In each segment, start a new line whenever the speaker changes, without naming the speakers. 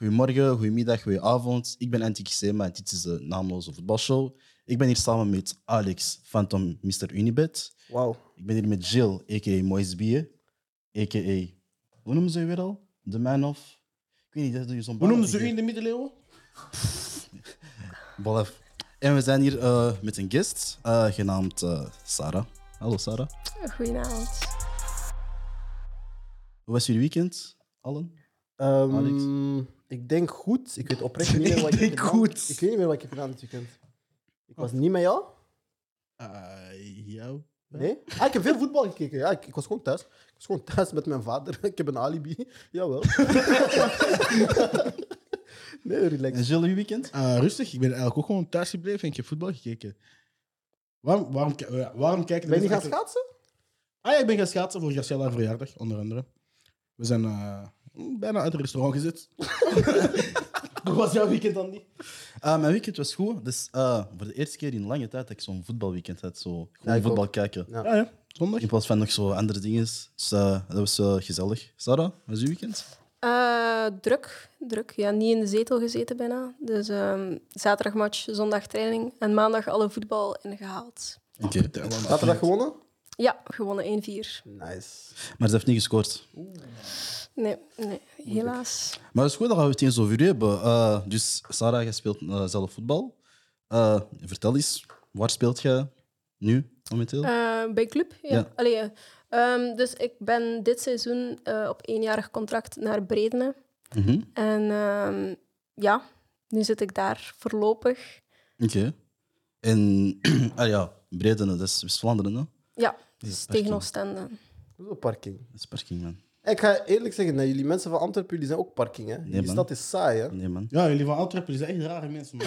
Goedemorgen, goedemiddag, goedenavond. Ik ben Antti Kisema en dit is de Naamloze Voetbalshow. Ik ben hier samen met Alex, Phantom Mr. Unibet.
Wauw.
Ik ben hier met Jill, a.k.a. Moïse Bier, a.k.a. Hoe noemen ze je weer al? The Man of... Ik weet niet, dat is zo'n
Hoe noemden ze
baan-
u in de middeleeuwen?
Balaf. En we zijn hier eh, met een guest, eh, genaamd eh, Sarah. Hallo Sarah.
Goedenavond.
Hoe was jullie weekend, allen?
Ehm,
Alex?
Ik denk goed. Ik weet oprecht niet meer wat ik,
Ah, denk
heb gedaan.
goed. Oh.
Ik weet niet meer wat ik heb gedaan dit weekend. Ik was niet met jou?
jou?
Nee? Ah, ik heb veel voetbal gekeken. Ja, ik, ik was gewoon thuis. Ik was gewoon thuis met mijn vader. Ik heb een alibi. Jawel. nee,
En
relax.
Jill, uw weekend?
Eh, rustig, ik ben eigenlijk ook gewoon thuis gebleven en ik heb voetbal gekeken. Waarom, waarom, ki- eh, waarom kijken
Ben je niet gaan
mensen eigenlijk-
schaatsen?
Ah ja, ik ben gaan schaatsen voor Graciela verjaardag, onder andere. We zijn eh, bijna uit het restaurant gezet. Hoe was jouw weekend dan niet?
Ah, mijn weekend was goed. Dus eh, voor de eerste keer in lange tijd dat ik zo'n voetbalweekend had. Zo, gewoon
Ja, ik
voetbal kijken.
Ja.
Ja, ja. Zondag.
In plaats van nog zo andere dingen. Dus, eh, dat was eh, gezellig. Sarah, wat was uw weekend?
Eh, druk, druk. Ja, niet in de zetel gezeten bijna. Dus ehm, zaterdag match, zondag training en maandag alle voetbal ingehaald.
Oké.
Zaterdag gewonnen?
Ja, gewonnen 1-4.
Nice.
Maar ze heeft niet gescoord.
Nee, nee, helaas.
Maar het is goed dat we het eens over u hebben. Eh, dus Sarah, jij speelt eh, zelf voetbal. Eh, vertel eens, waar speelt jij nu momenteel?
Eh, bij club? Ja.
Ja.
Allee, ja. Ehm, dus ik ben dit seizoen eh, op eenjarig contract naar Bredene.
Mhm.
En ehm, ja, nu zit ik daar voorlopig.
Oké. En, ah ja, Bredene, dat is West-Vlaanderen, hè?
Ja, dus tegen
parking.
Oostende.
Dat is een parking.
Dat is parking, man.
Ik ga eerlijk zeggen, dat jullie mensen van Antwerpen, jullie zijn ook parking, hè? Die
man.
stad is saai, hè?
Nee, man.
Ja, jullie van Antwerpen zijn echt rare mensen. man.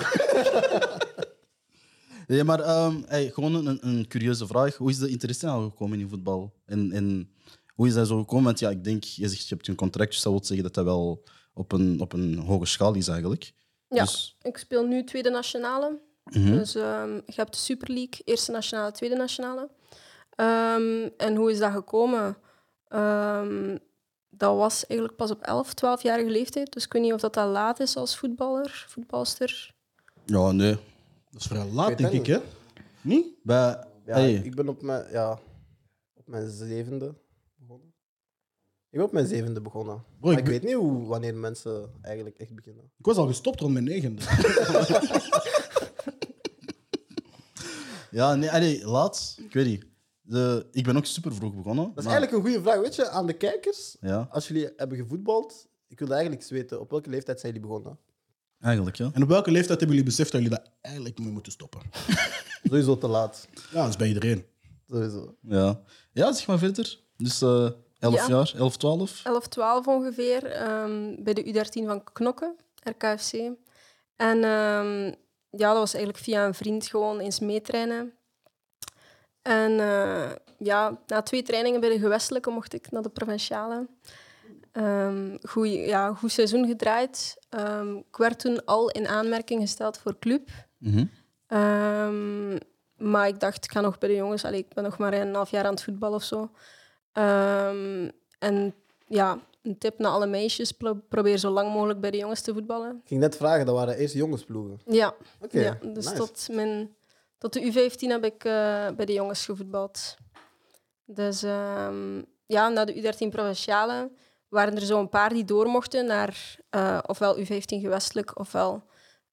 Ja, maar ehm, hey, gewoon een, een curieuze vraag. Hoe is de interesse nou gekomen in voetbal? En, en hoe is dat zo gekomen? Want ja, ik denk, je zegt, je hebt een contract, dus dat wil zeggen dat dat wel op een, op een hoge schaal is eigenlijk.
Ja.
Dus,
Ik speel nu tweede nationale.
mhm.
Dus ehm, je hebt de Super League, eerste nationale, tweede nationale. Ehm, en hoe is dat gekomen? Ehm, dat was eigenlijk pas op 11, 12-jarige leeftijd. Dus ik weet niet of dat, dat laat is als voetballer, voetbalster.
Ja, nee.
Dat is vrij laat,
Ik weet
denk ik, hè? Niet?
Bij,
Ja,
hey,
ik ben op mijn, ja, op mijn zevende begonnen. Ik ben op mijn zevende begonnen.
Bro,
maar
ik
ik weet niet hoe, wanneer mensen eigenlijk echt beginnen.
Ik was al gestopt rond mijn negende.
Ja, nee, allee, laat. Ik weet niet. De, ik ben ook super vroeg begonnen.
Dat is
maar-
eigenlijk een goede vraag. Weet je, aan de kijkers,
Ja,
als jullie hebben gevoetbald, ik wil eigenlijk eens weten, op welke leeftijd zijn jullie begonnen?
eigenlijk, ja.
En op welke leeftijd hebben jullie beseft dat jullie dat eigenlijk mee moeten stoppen?
Sowieso te laat.
Ja, dat is bij iedereen.
Sowieso.
Ja, ja zeg maar verder. Dus eh 11
Ja.
jaar, 11, 12.
11, 12 ongeveer, ehm, bij de U13 van Knokken, RKFC. En ehm, ja, dat was eigenlijk via een vriend gewoon eens meetrainen. En eh, ja, na twee trainingen bij de gewestelijke mocht ik naar de provinciale. Ehm goed, ja, goed seizoen gedraaid. Ehm, ik werd toen al in aanmerking gesteld voor club.
Mhm.
Ehm, maar ik dacht, ik ga nog bij de jongens. Allee, ik ben nog maar een half jaar aan het voetballen of zo. Ehm, en ja, een tip naar alle meisjes. pro- probeer zo lang mogelijk bij de jongens te voetballen.
Ik ging net vragen, dat waren eerst jongensploegen.
Ja,
Oké,
ja dus
nice.
tot, mijn, tot de U15 heb ik eh, bij de jongens gevoetbald. Dus ehm, ja, na de U13 provinciale waren er zo een paar die door mochten naar eh, ofwel U15 gewestelijk ofwel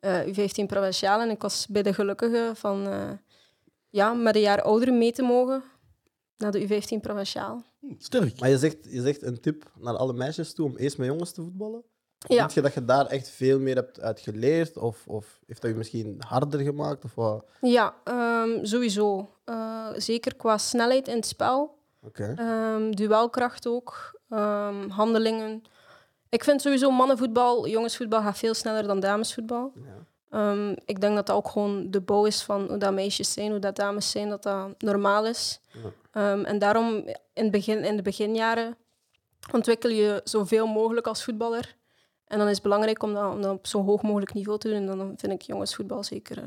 eh, U15 provinciale. En ik was bij de gelukkige van eh, ja, met een jaar ouder mee te mogen naar de U15 provinciaal.
Hm, Sterk.
Maar je zegt, je zegt een tip naar alle meisjes toe om eerst met jongens te voetballen?
Ja.
Vind je dat je daar echt veel meer hebt uit geleerd? Of, of heeft dat je misschien harder gemaakt? Of wat?
Ja, ehm, sowieso. Eh, zeker qua snelheid in het spel.
Oké.
Ehm, duelkracht ook, ehm, handelingen. Ik vind sowieso mannenvoetbal, jongensvoetbal gaat veel sneller dan damesvoetbal.
Ja.
Ehm, ik denk dat dat ook gewoon de bouw is van hoe dat meisjes zijn, hoe dat dames zijn, dat dat normaal is.
Ja.
Ehm, en daarom in, het begin, in de beginjaren ontwikkel je zoveel mogelijk als voetballer. En dan is het belangrijk om dat, om dat op zo hoog mogelijk niveau te doen. En dan vind ik jongensvoetbal zeker. eh,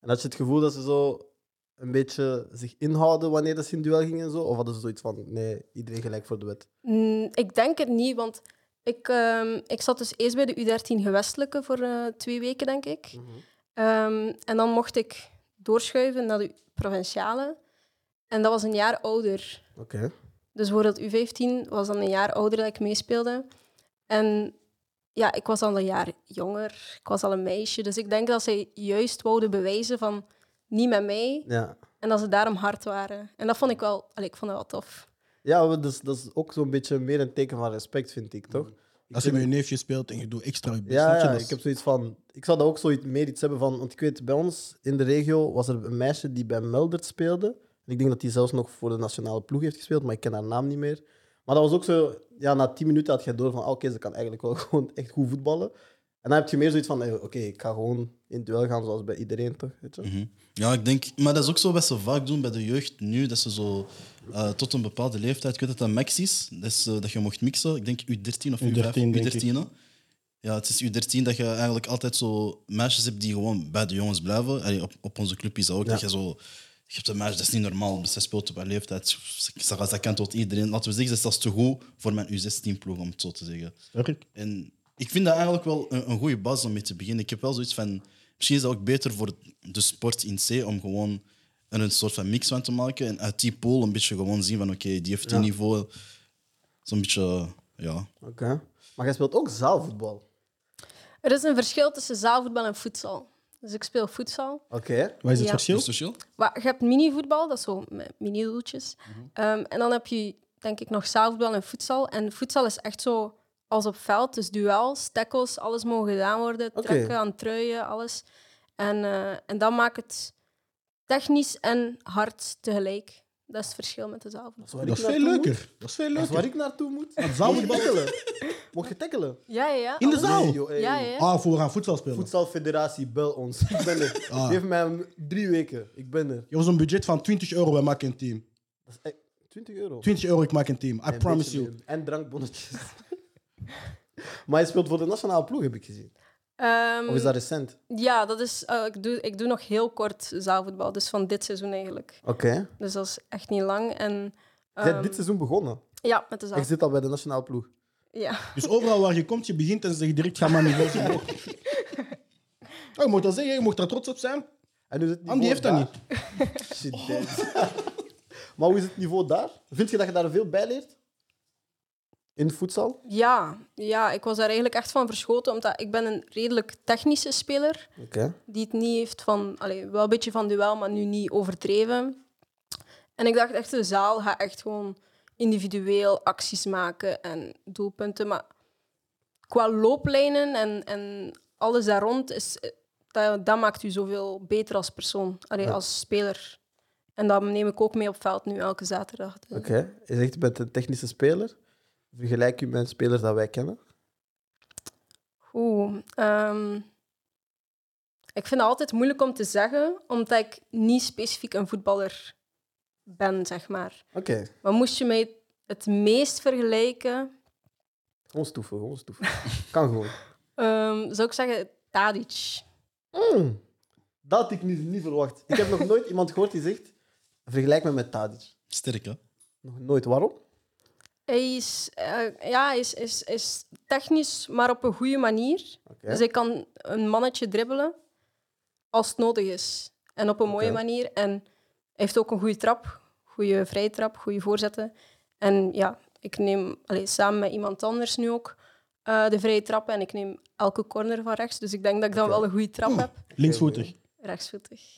En had je het gevoel dat ze zo een beetje zich inhouden wanneer dat ze in duel gingen en zo? Of hadden ze zoiets van, nee, iedereen gelijk voor de wet?
Mm, ik denk het niet, want Ik, ehm, ik zat dus eerst bij de U13 gewestelijke voor eh, twee weken, denk ik. Ehm, en dan mocht ik doorschuiven naar de provinciale. En dat was een jaar ouder.
Oké.
Dus bijvoorbeeld U15 was dan een jaar ouder dat ik meespeelde. En ja, ik was al een jaar jonger. Ik was al een meisje. Dus ik denk dat zij juist wouden bewijzen van niet met mij.
Ja.
En dat ze daarom hard waren. En dat vond ik wel, allee, ik vond dat wel tof.
Ja, maar dat is, dat is ook zo'n beetje meer een teken van respect, vind ik, toch?
Als je
vind-
met je neefje speelt en je doet extra je best.
Ja,
snap je? Dus
ja
Dat
ik
is-
heb zoiets van. Ik zou daar ook zoiets meer iets hebben van. Want ik weet, bij ons in de regio was er een meisje die bij Meldert speelde. En ik denk dat die zelfs nog voor de nationale ploeg heeft gespeeld, maar ik ken haar naam niet meer. Maar dat was ook zo. Ja, na tien minuten had je door van. ah, Oké, ze kan eigenlijk wel gewoon echt goed voetballen. En dan heb je meer zoiets van. eh, Oké, ik ga gewoon in het duel gaan zoals bij iedereen, toch? Weet je?
Mhm.
Ja, ik denk, maar dat is ook zo wat ze vaak doen bij de jeugd nu, dat ze zo eh, tot een bepaalde leeftijd, ik weet dat dat max is, dat, is, eh, dat je mocht mixen, ik denk U13 of U15,
U13,
U13.
denk ik.
hè. Ja, het is U13 dat je eigenlijk altijd zo meisjes hebt die gewoon bij de jongens blijven. Allee, op, op onze club is dat ook, dat je zo... Je hebt een meisje, dat is niet normaal, dus zij speelt op haar leeftijd. Ze- ze- Dat kan tot iedereen. Laten we zeggen, ze is zelfs te goed voor mijn U16-ploeg, om het zo te zeggen.
Sterk.
En ik vind dat eigenlijk wel een, een goede basis om mee te beginnen. Ik heb wel zoiets van. Misschien is het ook beter voor de sport in C om gewoon er een soort van mix van te maken. En uit die pool een beetje gewoon zien van oké, die heeft die niveau. Zo'n beetje. Ja.
Oké. Maar jij speelt ook zaalvoetbal.
Er is een verschil tussen zaalvoetbal en voedsel. Dus ik speel voedsel.
Oké.
Wat is het
Ja.
Is
verschil?
Dus
het verschil?
Maar je hebt mini-voetbal, dat is zo met mini-doeltjes.
Mhm.
Ehm, en dan heb je, denk ik, nog zaalvoetbal en voedsel. En voedsel is echt zo als op veld. Dus duels, tackles, alles mogen gedaan worden.
Oké.
Trekken aan truien, alles. En, eh, en dat maakt het technisch en hard tegelijk. Dat is het verschil met de zaalvoetbal.
waar
Dat
ik
is veel
naartoe moet.
leuker. Dat is veel
Dat is waar
leuker.
ik naartoe moet. Mocht je
zaalvoetbal-
tackelen? Mocht je tackelen? Ah,
Ja, ja, ja.
In de
alles.
zaal?
Nee, joh, hey.
Ja, ja.
Ah, voor we gaan voetbal spelen.
Voedselfederatie, bel ons. Ik ben er.
Ah.
Geef mij een- drie weken. Ik ben er.
Je was een budget van 20 euro, wij maken een team.
Dat is echt 20 euro.
20 euro, ik maak een team. I
En
promise
beetje
you.
meer. En drankbonnetjes. maar je speelt voor de nationale ploeg, heb ik gezien.
Ehm,
Of is dat recent?
Ja, dat is, eh, ik, doe, ik doe nog heel kort zaalvoetbal. Dus van dit seizoen eigenlijk.
Oké.
Dus dat is echt niet lang. En,
Je bent
ehm,
dit seizoen begonnen.
Ja, met de zaal.
Ik zit al bij de nationale ploeg.
Ja.
Dus overal waar je komt, je begint en ze zeggen direct, ga maar niet boven. Oh, je moet dat zeggen, je moet daar trots op zijn.
En hoe is het niveau
Andy Ah, heeft dat
daar?
niet.
Shit, damn. maar hoe is het niveau daar? Vind je dat je daar veel bij leert? In voedsel?
Ja, ja, ik was daar eigenlijk echt van verschoten, omdat ik ben een redelijk technische speler
Oké.
die het niet heeft van, allee, wel een beetje van duel, maar nu niet overdreven. En ik dacht echt, de zaal gaat echt gewoon individueel acties maken en doelpunten. Maar qua looplijnen en, en alles daar rond, is, eh, dat, dat maakt u zoveel beter als persoon, allee,
Ja.
als speler. En dat neem ik ook mee op veld nu elke zaterdag. Dus-
Oké. Je zegt, je bent een technische speler. Vergelijk je met een speler dat wij kennen.
Oeh, ehm, ik vind het altijd moeilijk om te zeggen, omdat ik niet specifiek een voetballer ben, zeg maar.
Oké.
Maar moest je mij het meest vergelijken,
Gewoon stoeven, gewoon stoeven. kan gewoon.
ehm, zou ik zeggen Tadic.
Mm. Dat had ik niet, niet verwacht. Ik heb nog nooit iemand gehoord die zegt: vergelijk me met Tadic.
Sterk, hè?
Nog nooit. Waarom?
Hij is, eh, ja, hij is, is, is technisch, maar op een goede manier.
Oké.
Dus ik kan een mannetje dribbelen als het nodig is. En op een mooie
Oké.
manier. En hij heeft ook een goede trap, goede vrije trap, goede voorzetten. En ja, ik neem allee, samen met iemand anders nu ook eh, de vrije trappen. En ik neem elke corner van rechts. Dus ik denk dat ik dan
Oké.
wel een goede trap heb.
Linksvoetig.
Rechtsvoetig.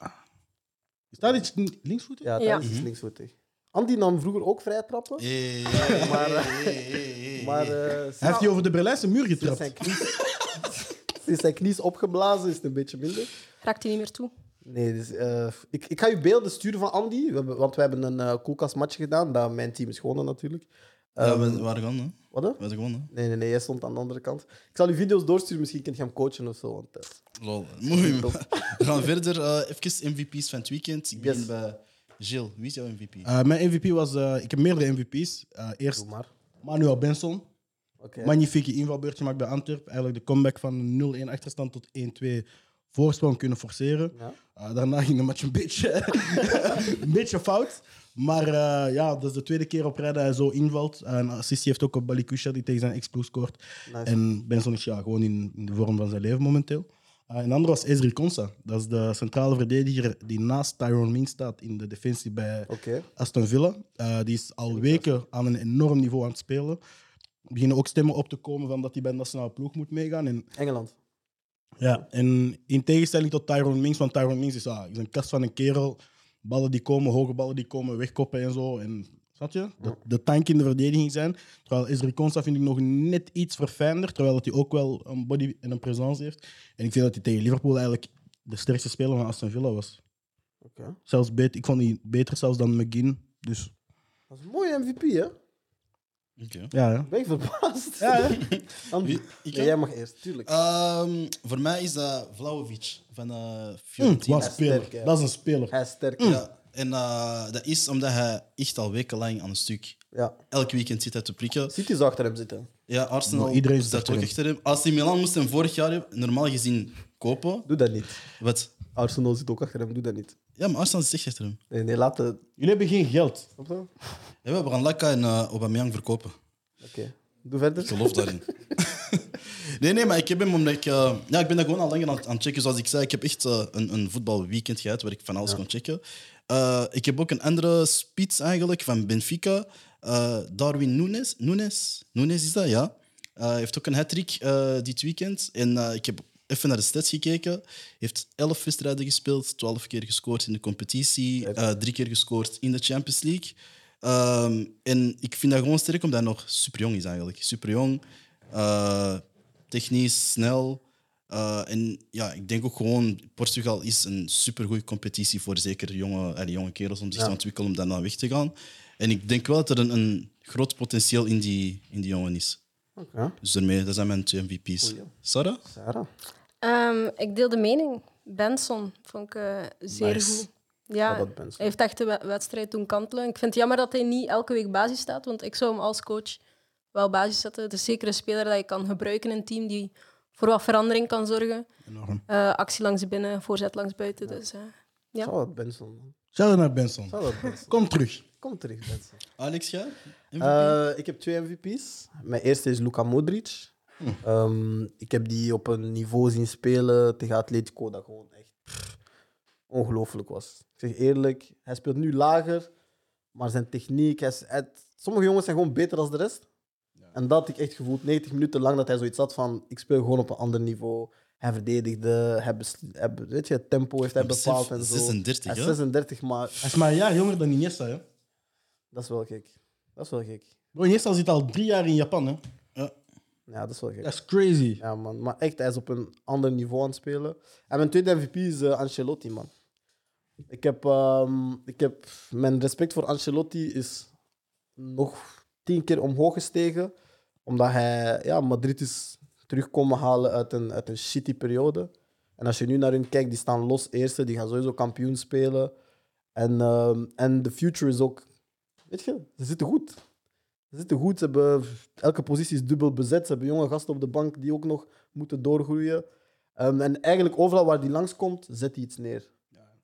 Is dat iets niet- linksvoetig?
Ja, Tadic is linksvoetig. Andy nam vroeger ook vrij trappen.
Mhm. Hey,
Maar, eh,
hey, hey, hey.
Maar eh,
Hij heeft die over de Berlijnse muur
sinds, zijn
getrapt.
knie, sinds zijn knie is opgeblazen, is het een beetje minder.
Raakt hij niet meer toe?
Nee, dus, eh, ik, ik ga je beelden sturen van Andy. We hebben- want we hebben een eh koelkastmatch gedaan. Dat mijn team is gewonnen natuurlijk.
Ja, we we waren gewoon, hè? We
Wat? hè?
hadden gewonnen.
Nee, nee, nee, jij stond aan de andere kant. Ik zal u video's doorsturen, misschien kunt je hem coachen of zo. Want, eh,
hè. Lol. Mooi. man. We gaan verder. eh, even MVP's van het weekend. Ik begin
Yes.
bij Gilles. Wie is jouw MVP?
Eh, mijn MVP was, eh, ik heb meerdere MVP's. Eh, eerst
doe maar.
Manuel Benson.
Oké.
Magnifieke invalbeurtje maakt bij Antwerp. Eigenlijk de comeback van een 0-1 achterstand tot 1-2 voorsprong kunnen forceren. Eh,
Ja.
Uh, daarna ging de match een beetje, een beetje fout. Maar eh, ja, dat is de tweede keer op rij dat hij zo invalt. En Assisi heeft ook op Balikusha die tegen zijn ex-ploeg scoort.
Nice.
En Benson is ja, gewoon in, in de vorm van zijn leven momenteel. Eh, en de andere was Ezri Konsa. Dat is de centrale verdediger die naast Tyrone Mings staat in de defensie bij
Oké.
Aston Villa. Eh, die is al weken aan een enorm niveau aan het spelen. Er beginnen ook stemmen op te komen van dat hij bij de nationale ploeg moet meegaan. En
Engeland.
ja, en in tegenstelling tot Tyrone Mings, want Tyrone Mings is, ah, is een kast van een kerel. Ballen die komen, hoge ballen die komen, wegkoppen en zo. En, snap je? De, de tank in de verdediging zijn. Terwijl Ezri Konsa vind ik nog net iets verfijnder, terwijl dat hij ook wel een body en een presence heeft. En ik vind dat hij tegen Liverpool eigenlijk de sterkste speler van Aston Villa was.
Oké.
Zelfs beter, ik vond die beter zelfs dan McGinn. Dus
Dat is een mooie MVP, hè?
Oké.
ja, ja.
Ben je verbaasd?
Ja, hè?
Dan-
Wie- ik
Nee,
heb-
jij mag eerst, tuurlijk.
Ehm, voor mij is dat Vlaovic van eh Fiorentina.
wat een
sterk, hè.
speler. Dat is een speler.
Hij is
Mm.
sterk. Ja.
Ja, en eh, dat is omdat hij echt al wekenlang aan een stuk.
ja.
Elk weekend zit hij te prikken.
City zou achter hem zitten.
Ja, Arsenal
Maar iedereen zit
staat
achter
ook
hem.
achter hem. AC Milan moest hem vorig jaar normaal gezien kopen.
Doe dat niet.
Wat?
Arsenal zit ook achter hem, doe dat niet.
Ja, maar Arsenal zit echt achter hem.
Nee, nee, laat het.
Jullie hebben geen geld.
Snap je? Oké.
Ja, we gaan Laka en eh, Aubameyang verkopen.
Doe verder.
Ik geloof daarin. nee, nee, maar ik heb hem omdat ik... eh, ja, ik ben dat gewoon al langer aan, aan het checken. Zoals ik zei, ik heb echt eh, een, een voetbalweekend gehad waar ik van alles kon checken. Eh, ik heb ook een andere spits eigenlijk van Benfica. Eh, Darwin Nunes. Nunes. Nunes is dat, ja. Eh heeft ook een hat-trick eh, dit weekend. En eh, ik heb even naar de stats gekeken. Heeft 11 wedstrijden gespeeld, 12 keer gescoord in de competitie, eh, drie keer gescoord in de Champions League. Ehm, en ik vind dat gewoon sterk omdat hij nog super jong is eigenlijk. Super jong, eh, technisch, snel. Eh, en ja, ik denk ook gewoon, Portugal is een supergoeie competitie voor zeker jonge, eh, jonge kerels om zich te ontwikkelen, om daarna weg te gaan. En ik denk wel dat er een, een groot potentieel in die, in die jongen is.
Oké.
Dus daarmee, dat zijn mijn twee MVP's.
Goeie.
Sarah?
Sarah.
Ehm, ik deel de mening. Benson vond ik eh, zeer
Nice.
goed. Ja,
Shout-out Benson.
hij heeft echt de we- wedstrijd doen kantelen. Ik vind het jammer dat hij niet elke week basis staat, want ik zou hem als coach wel basis zetten. Het is zeker een speler dat je kan gebruiken in een team die voor wat verandering kan zorgen.
Enorm.
Eh, actie langs binnen, voorzet langs buiten. Dus, eh, Ja.
Zou dat Benson, man.
Shout out naar Benson.
Zou dat Benson.
Kom terug.
Kom terug, Benson.
Alex, ja?
Eh, ik heb twee MVP's. Mijn eerste is Luka Modric. Ehm, ik heb die op een niveau zien spelen tegen Atletico dat gewoon echt pff, ongelooflijk was. Ik zeg eerlijk, hij speelt nu lager, maar zijn techniek... Hij is, hij- sommige jongens zijn gewoon beter dan de rest. En dat had ik echt gevoeld, 90 minuten lang, dat hij zoiets had van... Ik speel gewoon op een ander niveau. Hij verdedigde, hij bes- hij be- weet je, het tempo heeft hij
Hij beseft
bepaald en zo.
36,
Hij is
hè?
36, maar
Hij is maar een jaar jonger dan Iniesta, hè?
dat is wel gek. Dat is wel gek.
Bro, Iniesta zit al drie jaar in Japan, hè?
Ja, dat is wel gek.
Dat is crazy.
Ja, man. Maar echt, hij is op een ander niveau aan het spelen. En mijn tweede MVP is eh, Ancelotti, man. Ik heb, ehm, ik heb... Mijn respect voor Ancelotti is nog tien keer omhoog gestegen. Omdat hij ja, Madrid is terugkomen halen uit een, uit een shitty periode. En als je nu naar hun kijkt, die staan los eerste. Die gaan sowieso kampioen spelen. En ehm, en de future is ook... Weet je, ze zitten goed. Ze zitten goed. Ze hebben, elke positie is dubbel bezet. Ze hebben jonge gasten op de bank die ook nog moeten doorgroeien. Ehm, en eigenlijk overal waar die langskomt, zet hij iets neer.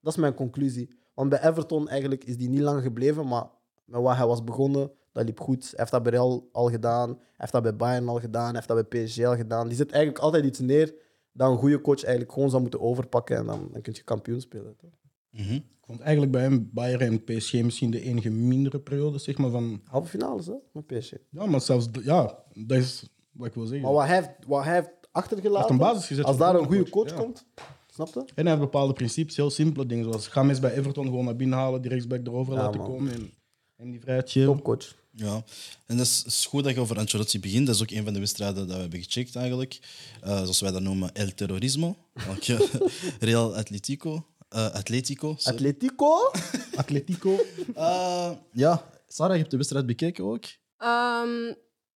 Dat is mijn conclusie. Want bij Everton eigenlijk is die niet lang gebleven, maar met waar hij was begonnen, dat liep goed. Hij heeft dat bij Real al gedaan, hij heeft dat bij Bayern al gedaan, hij heeft dat bij PSG al gedaan. Die zet eigenlijk altijd iets neer dat een goede coach eigenlijk gewoon zou moeten overpakken en dan, dan kun je kampioen spelen. toch?
Mhm.
Ik vond eigenlijk bij hem Bayern en PSG misschien de enige mindere periode, zeg maar, van...
Halve finales, hè, met PSG.
Ja, maar zelfs... de- Ja, dat is wat ik wil zeggen.
Maar wat hij heeft, wat hij heeft achtergelaten,
Hij heeft een basis gezet
als
voor
daar
de
een goede coach
volgende coach,
komt, snap je?
En hij heeft bepaalde principes, heel simpele dingen, zoals Games bij Everton gewoon naar binnen halen, die rechtsback erover
Ja,
laten
man.
komen en, en die vrijheid geven.
Topcoach.
Ja, en dat is, is goed dat je over Ancelotti begint. Dat is ook een van de wedstrijden dat we hebben gecheckt eigenlijk. Eh, zoals wij dat noemen, El Terrorismo. Dank je. Real Atletico. Eh, Atletico. sorry.
Atletico?
Atletico.
Eh, ja, Sarah, je hebt de wedstrijd bekeken ook.
Ehm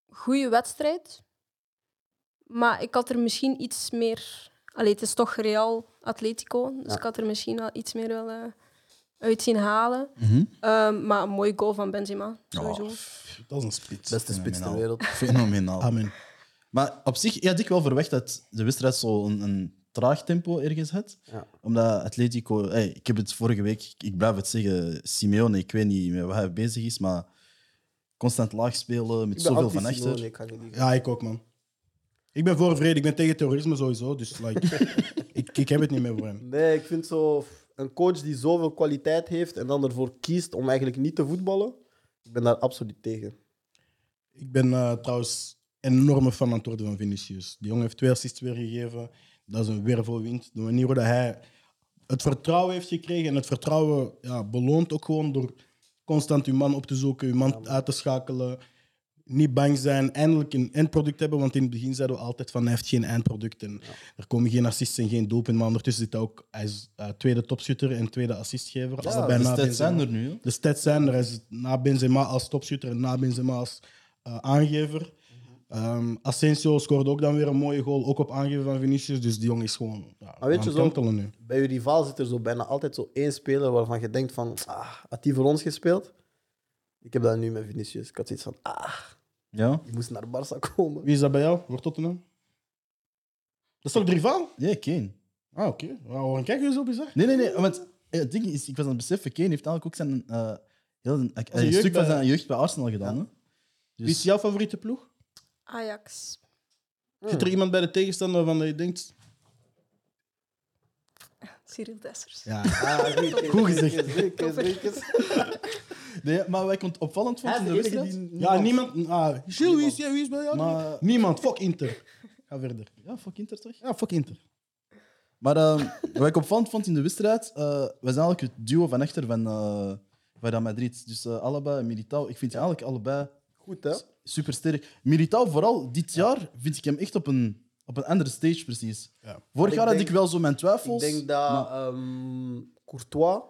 goede wedstrijd. Maar ik had er misschien iets meer. Allee, het is toch Real Atletico. Dus
Ja.
ik had er misschien al iets meer willen uit zien halen. Ehm, maar een mooi goal van Benzema. Sowieso.
Oh,
dat is een spits.
Beste spits ter
Fenomenaal.
wereld.
Fenomenaal.
Amen.
Maar op zich had ik wel verwacht dat de wedstrijd zo'n een, een traag tempo ergens had.
Ja.
Omdat Atletico... Hey, ik heb het vorige week... Ik blijf het zeggen. Simeone, ik weet niet met wat hij bezig is, maar constant laag spelen met
Ik ben
zoveel van
anti-Simone,
achter.
ik kan niet liegen.
Ja, ik ook, man. Ik ben voor vrede, ik ben tegen terrorisme sowieso. Dus like, ik, ik heb het niet meer voor hem.
Nee, ik vind zo f- een coach die zoveel kwaliteit heeft en dan ervoor kiest om eigenlijk niet te voetballen. Ik ben daar absoluut tegen.
Ik ben eh, trouwens enorme fan aan het worden van Vinicius. Die jongen heeft twee assists weer gegeven. Dat is een wervelwind. De manier waarop hij het vertrouwen heeft gekregen. En het vertrouwen ja, beloont ook gewoon door constant uw man op te zoeken, uw man uit te schakelen. Niet bang zijn, eindelijk een eindproduct hebben. Want in het begin zeiden we altijd van hij heeft geen eindproduct. En er komen geen assists en geen doelpunten. Maar ondertussen zit hij ook, hij is eh, tweede topschutter en tweede assistgever. als dat
de
bijna
stats
Benzema-
dus zijn er nu. hè.
de stats zijn er. Hij is na Benzema als topschutter en na Benzema als eh, aangever. Ehm Asensio scoorde ook dan weer een mooie goal, ook op aangeven van Vinicius. Dus die jongen is gewoon ja,
Maar weet
aan
je
het
zo-
kantelen nu.
Bij je rivaal zit er zo bijna altijd zo één speler waarvan je denkt van, ah, had die voor ons gespeeld? Ik heb dat nu met Vinicius. Ik had zoiets van, ah,
Ja?
die moest naar Barça komen.
Wie is dat bij jou? Wordt Tottenham? Dat is toch de rivaal?
Ja, Kane.
Ah, oké. Wow, waarom kijk je zo bizar?
Nee, nee, nee. Want eh, het ding is, ik was aan het beseffen, Kane heeft eigenlijk ook zijn, eh, heel een, een
jeugd
stuk van
bij-
zijn jeugd bij Arsenal gedaan. Hè?
Wie is
Dus,
jouw favoriete ploeg?
Ajax.
Zit er iemand bij de tegenstander waarvan je denkt...
Cyril Dessers.
Ja,
Ah,
Goed gezegd.
gezegd.
nee, maar wat ik ont- opvallend vond in de wedstrijd...
ja niemand... Ah, Gilles, wie is, wie is bij jou?
Maar-
Niemand, fuck Inter. Ga verder.
Ja, fuck Inter toch?
Ja, fuck Inter.
Maar ehm, wat ik opvallend vond in de wedstrijd, eh was eigenlijk het duo van echter van eh Real Madrid. Dus eh Alaba en Militao. Ik vind ze eigenlijk allebei
Goed, hè?
super sterk. Militao, vooral dit jaar, vind ik hem echt op een, op een andere stage precies.
Ja.
Vorig
ik
jaar had
denk-
ik wel zo mijn
Ik
twijfels.
denk dat
maar-
ehm, Courtois,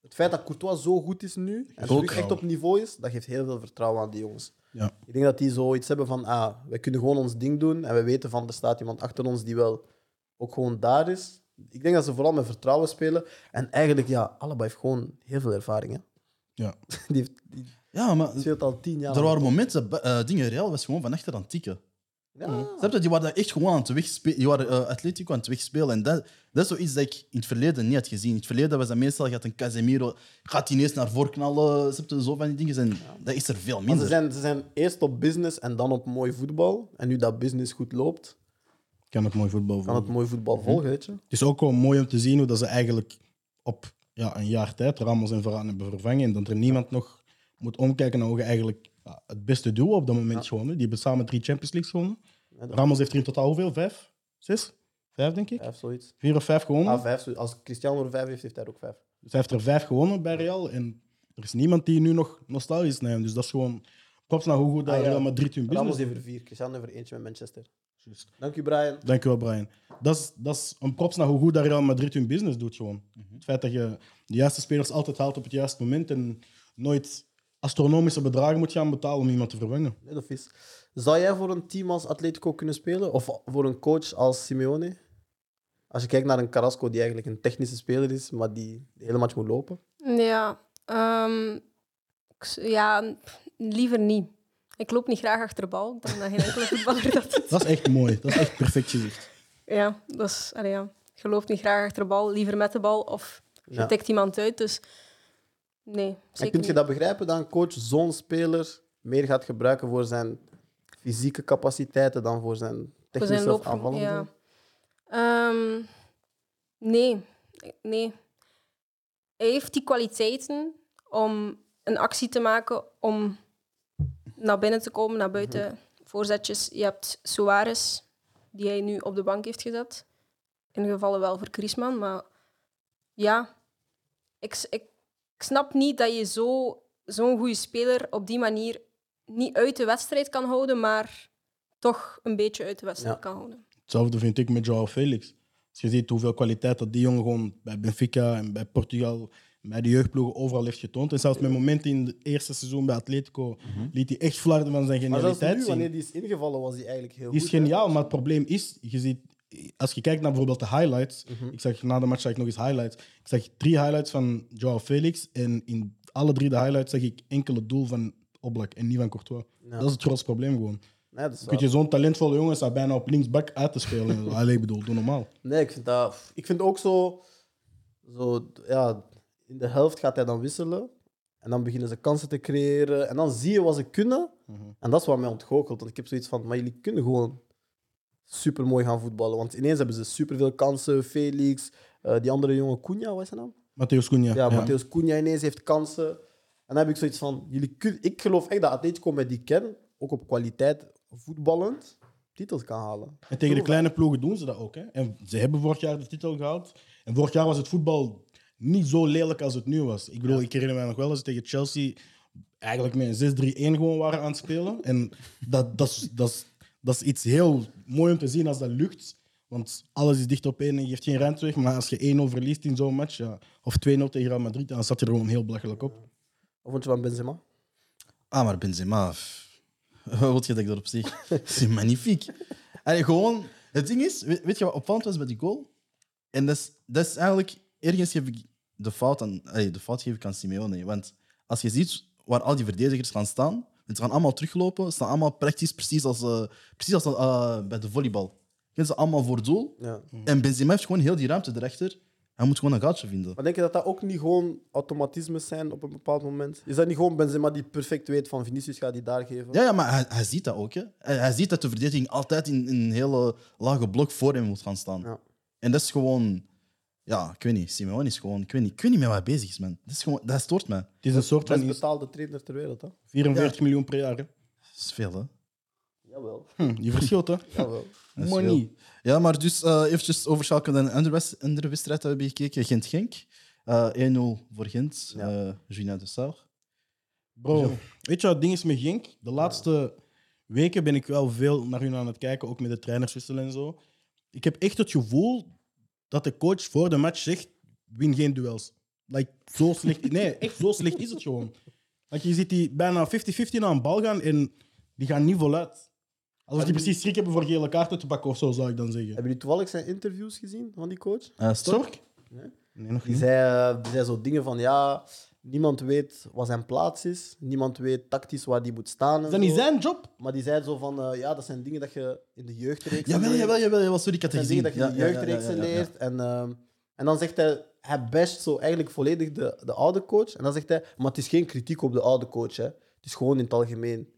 het feit dat Courtois zo goed is nu en
Ook.
terug echt op niveau is, dat geeft heel veel vertrouwen aan die jongens.
Ja.
Ik denk dat die zoiets hebben van, ah, wij kunnen gewoon ons ding doen en we weten van, er staat iemand achter ons die wel ook gewoon daar is. Ik denk dat ze vooral met vertrouwen spelen. En eigenlijk, ja, Alaba heeft gewoon heel veel ervaring. Hè.
Ja.
Die, heeft, die
Ja, maar
speelt al tien jaar.
er waren momenten, bu- eh dingen, Real was gewoon van echter aan het tikken.
Ja,
Snap je? Die waren echt gewoon aan het wegspelen. Die waren eh, Atletico aan het wegspelen. En dat, dat is zoiets dat ik in het verleden niet had gezien. In het verleden was dat meestal, je had een Casemiro, gaat die ineens naar voren knallen. Snap je? Zo van die dingen. En dat is er veel
want ze
minder.
zijn, ze zijn eerst op business en dan op mooi voetbal. En nu dat business goed loopt,
Ik kan ook mooi voetbal
kan het
Mm.
mooi voetbal volgen,
Mhm.
weet je.
Het is ook wel mooi om te zien hoe dat ze eigenlijk op ja, een jaar tijd Ramos en Varane hebben vervangen. En dat er niemand nog moet omkijken naar hoe je eigenlijk ja, het beste duo op dat moment gewonnen. Die hebben samen drie Champions Leagues gewonnen.
dat-
Ramos heeft er in totaal hoeveel? Vijf? Zes? Vijf, denk ik.
Vijf, zoiets.
Vier of vijf gewonnen.
Ah, vijf, zo- als Cristiano er vijf heeft, heeft hij er ook vijf.
Dus hij heeft er vijf gewonnen bij Real. En er is niemand die nu nog nostalgisch is naar hem. Dus dat is gewoon props naar hoe goed dat
Ah, ja.
Real Madrid hun business
Ramos heeft er vier, Cristiano heeft er eentje met Manchester.
Juist.
Dank u, Brian.
Dankjewel, Brian. Dat is, dat is een props naar hoe goed dat Real Madrid hun business doet. Gewoon.
Mhm.
Het feit dat je de juiste spelers altijd haalt op het juiste moment en nooit astronomische bedragen moet gaan betalen om iemand te vervangen.
Nee, dat is. Zou jij voor een team als Atletico kunnen spelen? Of voor een coach als Simeone? Als je kijkt naar een Carrasco die eigenlijk een technische speler is, maar die de hele match moet lopen.
Ja, ehm, ik s- ja, pff, liever niet. Ik loop niet graag achter de bal. Ik denk dat geen enkele voetballer dat doet.
Dat is echt mooi. Dat is echt perfect gezicht.
Ja, dat is, allee, ja. je loopt niet graag achter de bal. Liever met de bal of je
Ja.
tikt iemand uit. Dus nee,
En
zeker
kun je
niet.
dat begrijpen, dat een coach zo'n speler meer gaat gebruiken voor zijn fysieke capaciteiten dan voor zijn
Voor
technische
zijn
of
loopgroep,
aanvallende?
ja. Ehm, nee, nee. Hij heeft die kwaliteiten om een actie te maken, om naar binnen te komen, naar buiten. Voorzetjes. Je hebt Suarez, die hij nu op de bank heeft gezet. In gevallen wel voor Griezmann, maar ja. Ik, s- ik, ik snap niet dat je zo- zo'n goede speler op die manier niet uit de wedstrijd kan houden, maar toch een beetje uit de wedstrijd
Ja.
kan houden.
Hetzelfde vind ik met Joao Felix. Als je ziet hoeveel kwaliteit dat die jongen gewoon bij Benfica en bij Portugal, en bij de jeugdploegen overal heeft getoond. En zelfs met momenten in het eerste seizoen bij Atletico liet hij echt flarden van zijn
Mhm. Maar zelfs
genialiteit
nu,
zien.
wanneer die is ingevallen, was hij eigenlijk heel
Die is
goed. hè?
geniaal, maar het probleem is, je ziet, als je kijkt naar bijvoorbeeld de highlights,
Mhm.
ik zag na de match zag ik nog eens highlights. Ik zag drie highlights van Joao Felix en in alle drie de highlights zag ik enkel het doel van Oblak en niet van Courtois.
Ja.
Dat is het grootste probleem gewoon.
Nee, dat is
Kun je
waar.
zo'n talentvolle jongen staat bijna op linksbak uit te spelen. en zo. Allee, ik bedoel, doe normaal.
Nee, ik vind dat... Ik vind ook zo... zo ja, in de helft gaat hij dan wisselen. En dan beginnen ze kansen te creëren. En dan zie je wat ze kunnen. En dat is wat mij ontgoochelt. Want ik heb zoiets van... Maar jullie kunnen gewoon supermooi gaan voetballen. Want ineens hebben ze superveel kansen. Felix, eh, die andere jongen, Cunha, wat is zijn naam?
Matthäus Cunha.
Ja, Matheus Cunha ineens heeft kansen. En dan heb ik zoiets van, jullie kun- ik geloof echt dat Atletico met die kern, ook op kwaliteit voetballend, titels kan halen.
En tegen de kleine ploegen doen ze dat ook. Hè? En ze hebben vorig jaar de titel gehaald. En vorig jaar was het voetbal niet zo lelijk als het nu was. Ik bedoel, ik herinner me nog wel eens tegen Chelsea eigenlijk met een 6-3-1 gewoon waren aan het spelen. En dat, dat, is, dat, is, dat is iets heel mooi om te zien als dat lukt. Want alles is dicht op één en je geeft geen ruimte weg. Maar als je 1-0 verliest in zo'n match, ja, of 2-0 tegen Real Madrid, dan zat je er gewoon heel belachelijk op.
Wat vond je van Benzema?
Ah, maar Benzema. pff. Wat wil je dat ik daarop zeg? Dat is magnifiek. En gewoon, het ding is, weet, weet je wat opvallend was bij die goal? En dat is, dat is eigenlijk, ergens geef ik de fout aan, allee, de fout geef ik aan Simeone. Want als je ziet waar al die verdedigers gaan staan, en ze gaan allemaal teruglopen, ze staan allemaal praktisch precies als, eh, precies als eh, bij de volleybal. Gaan ze allemaal voor het doel.
Ja.
En Benzema heeft gewoon heel die ruimte erachter. Hij moet gewoon een gaatje vinden.
Maar denk je dat dat ook niet gewoon automatismes zijn op een bepaald moment? Is dat niet gewoon Benzema die perfect weet van Vinicius gaat die daar geven?
Ja, ja maar hij, hij ziet dat ook. Hè. Hij, hij ziet dat de verdediging altijd in, in een hele lage blok voor hem moet gaan staan.
Ja.
En dat is gewoon... Ja, ik weet niet. Simeone is gewoon... Ik weet niet, ik weet niet meer waar hij bezig is, man. Dat, is gewoon, dat stoort me.
Het is een soort
Best
van
betaalde trainer ter wereld, hè?
44 miljoen per jaar. Hè?
Dat is veel, hè.
Jawel.
Hm, je verschilt, hè?
Jawel.
Dat is
Money.
veel. Ja, maar dus eh eventjes overschakelen naar een andere wes- andere wedstrijd dat we hebben gekeken. Gent-Genk. Eh 1-0 voor Gent. eh Julien de Saar.
Bro, weet je wat het ding is met Gink? De laatste weken ben ik wel veel naar hun aan het kijken, ook met de trainerswissel en zo. Ik heb echt het gevoel dat de coach voor de match zegt: win geen duels. Like, zo slecht. Nee, echt zo slecht is het gewoon. Like, je ziet die bijna 50-50 naar een bal gaan en die gaan niet voluit. Alsof die precies schrik hebben voor gele kaarten te pakken of zo, zou ik dan zeggen.
Hebben jullie toevallig zijn interviews gezien van die coach?
Eh,
Zorg?
Nee.
Nee, nog
Die
niet.
zei, eh, die zei zo dingen van ja, niemand weet wat zijn plaats is, niemand weet tactisch waar die moet staan. En
Is dat niet
zo.
zijn job?
Maar die zei zo van eh, ja, dat zijn dingen dat je in de jeugdreeks
Jawel,
leert.
jawel, jawel, jawel. Sorry, ik had
Dat
het
zijn dingen
gezien.
dat je in de jeugdreeks leert. En, ehm, en dan zegt hij, hij best zo eigenlijk volledig de, de oude coach. En dan zegt hij, maar het is geen kritiek op de oude coach. Hè. Het is gewoon in het algemeen.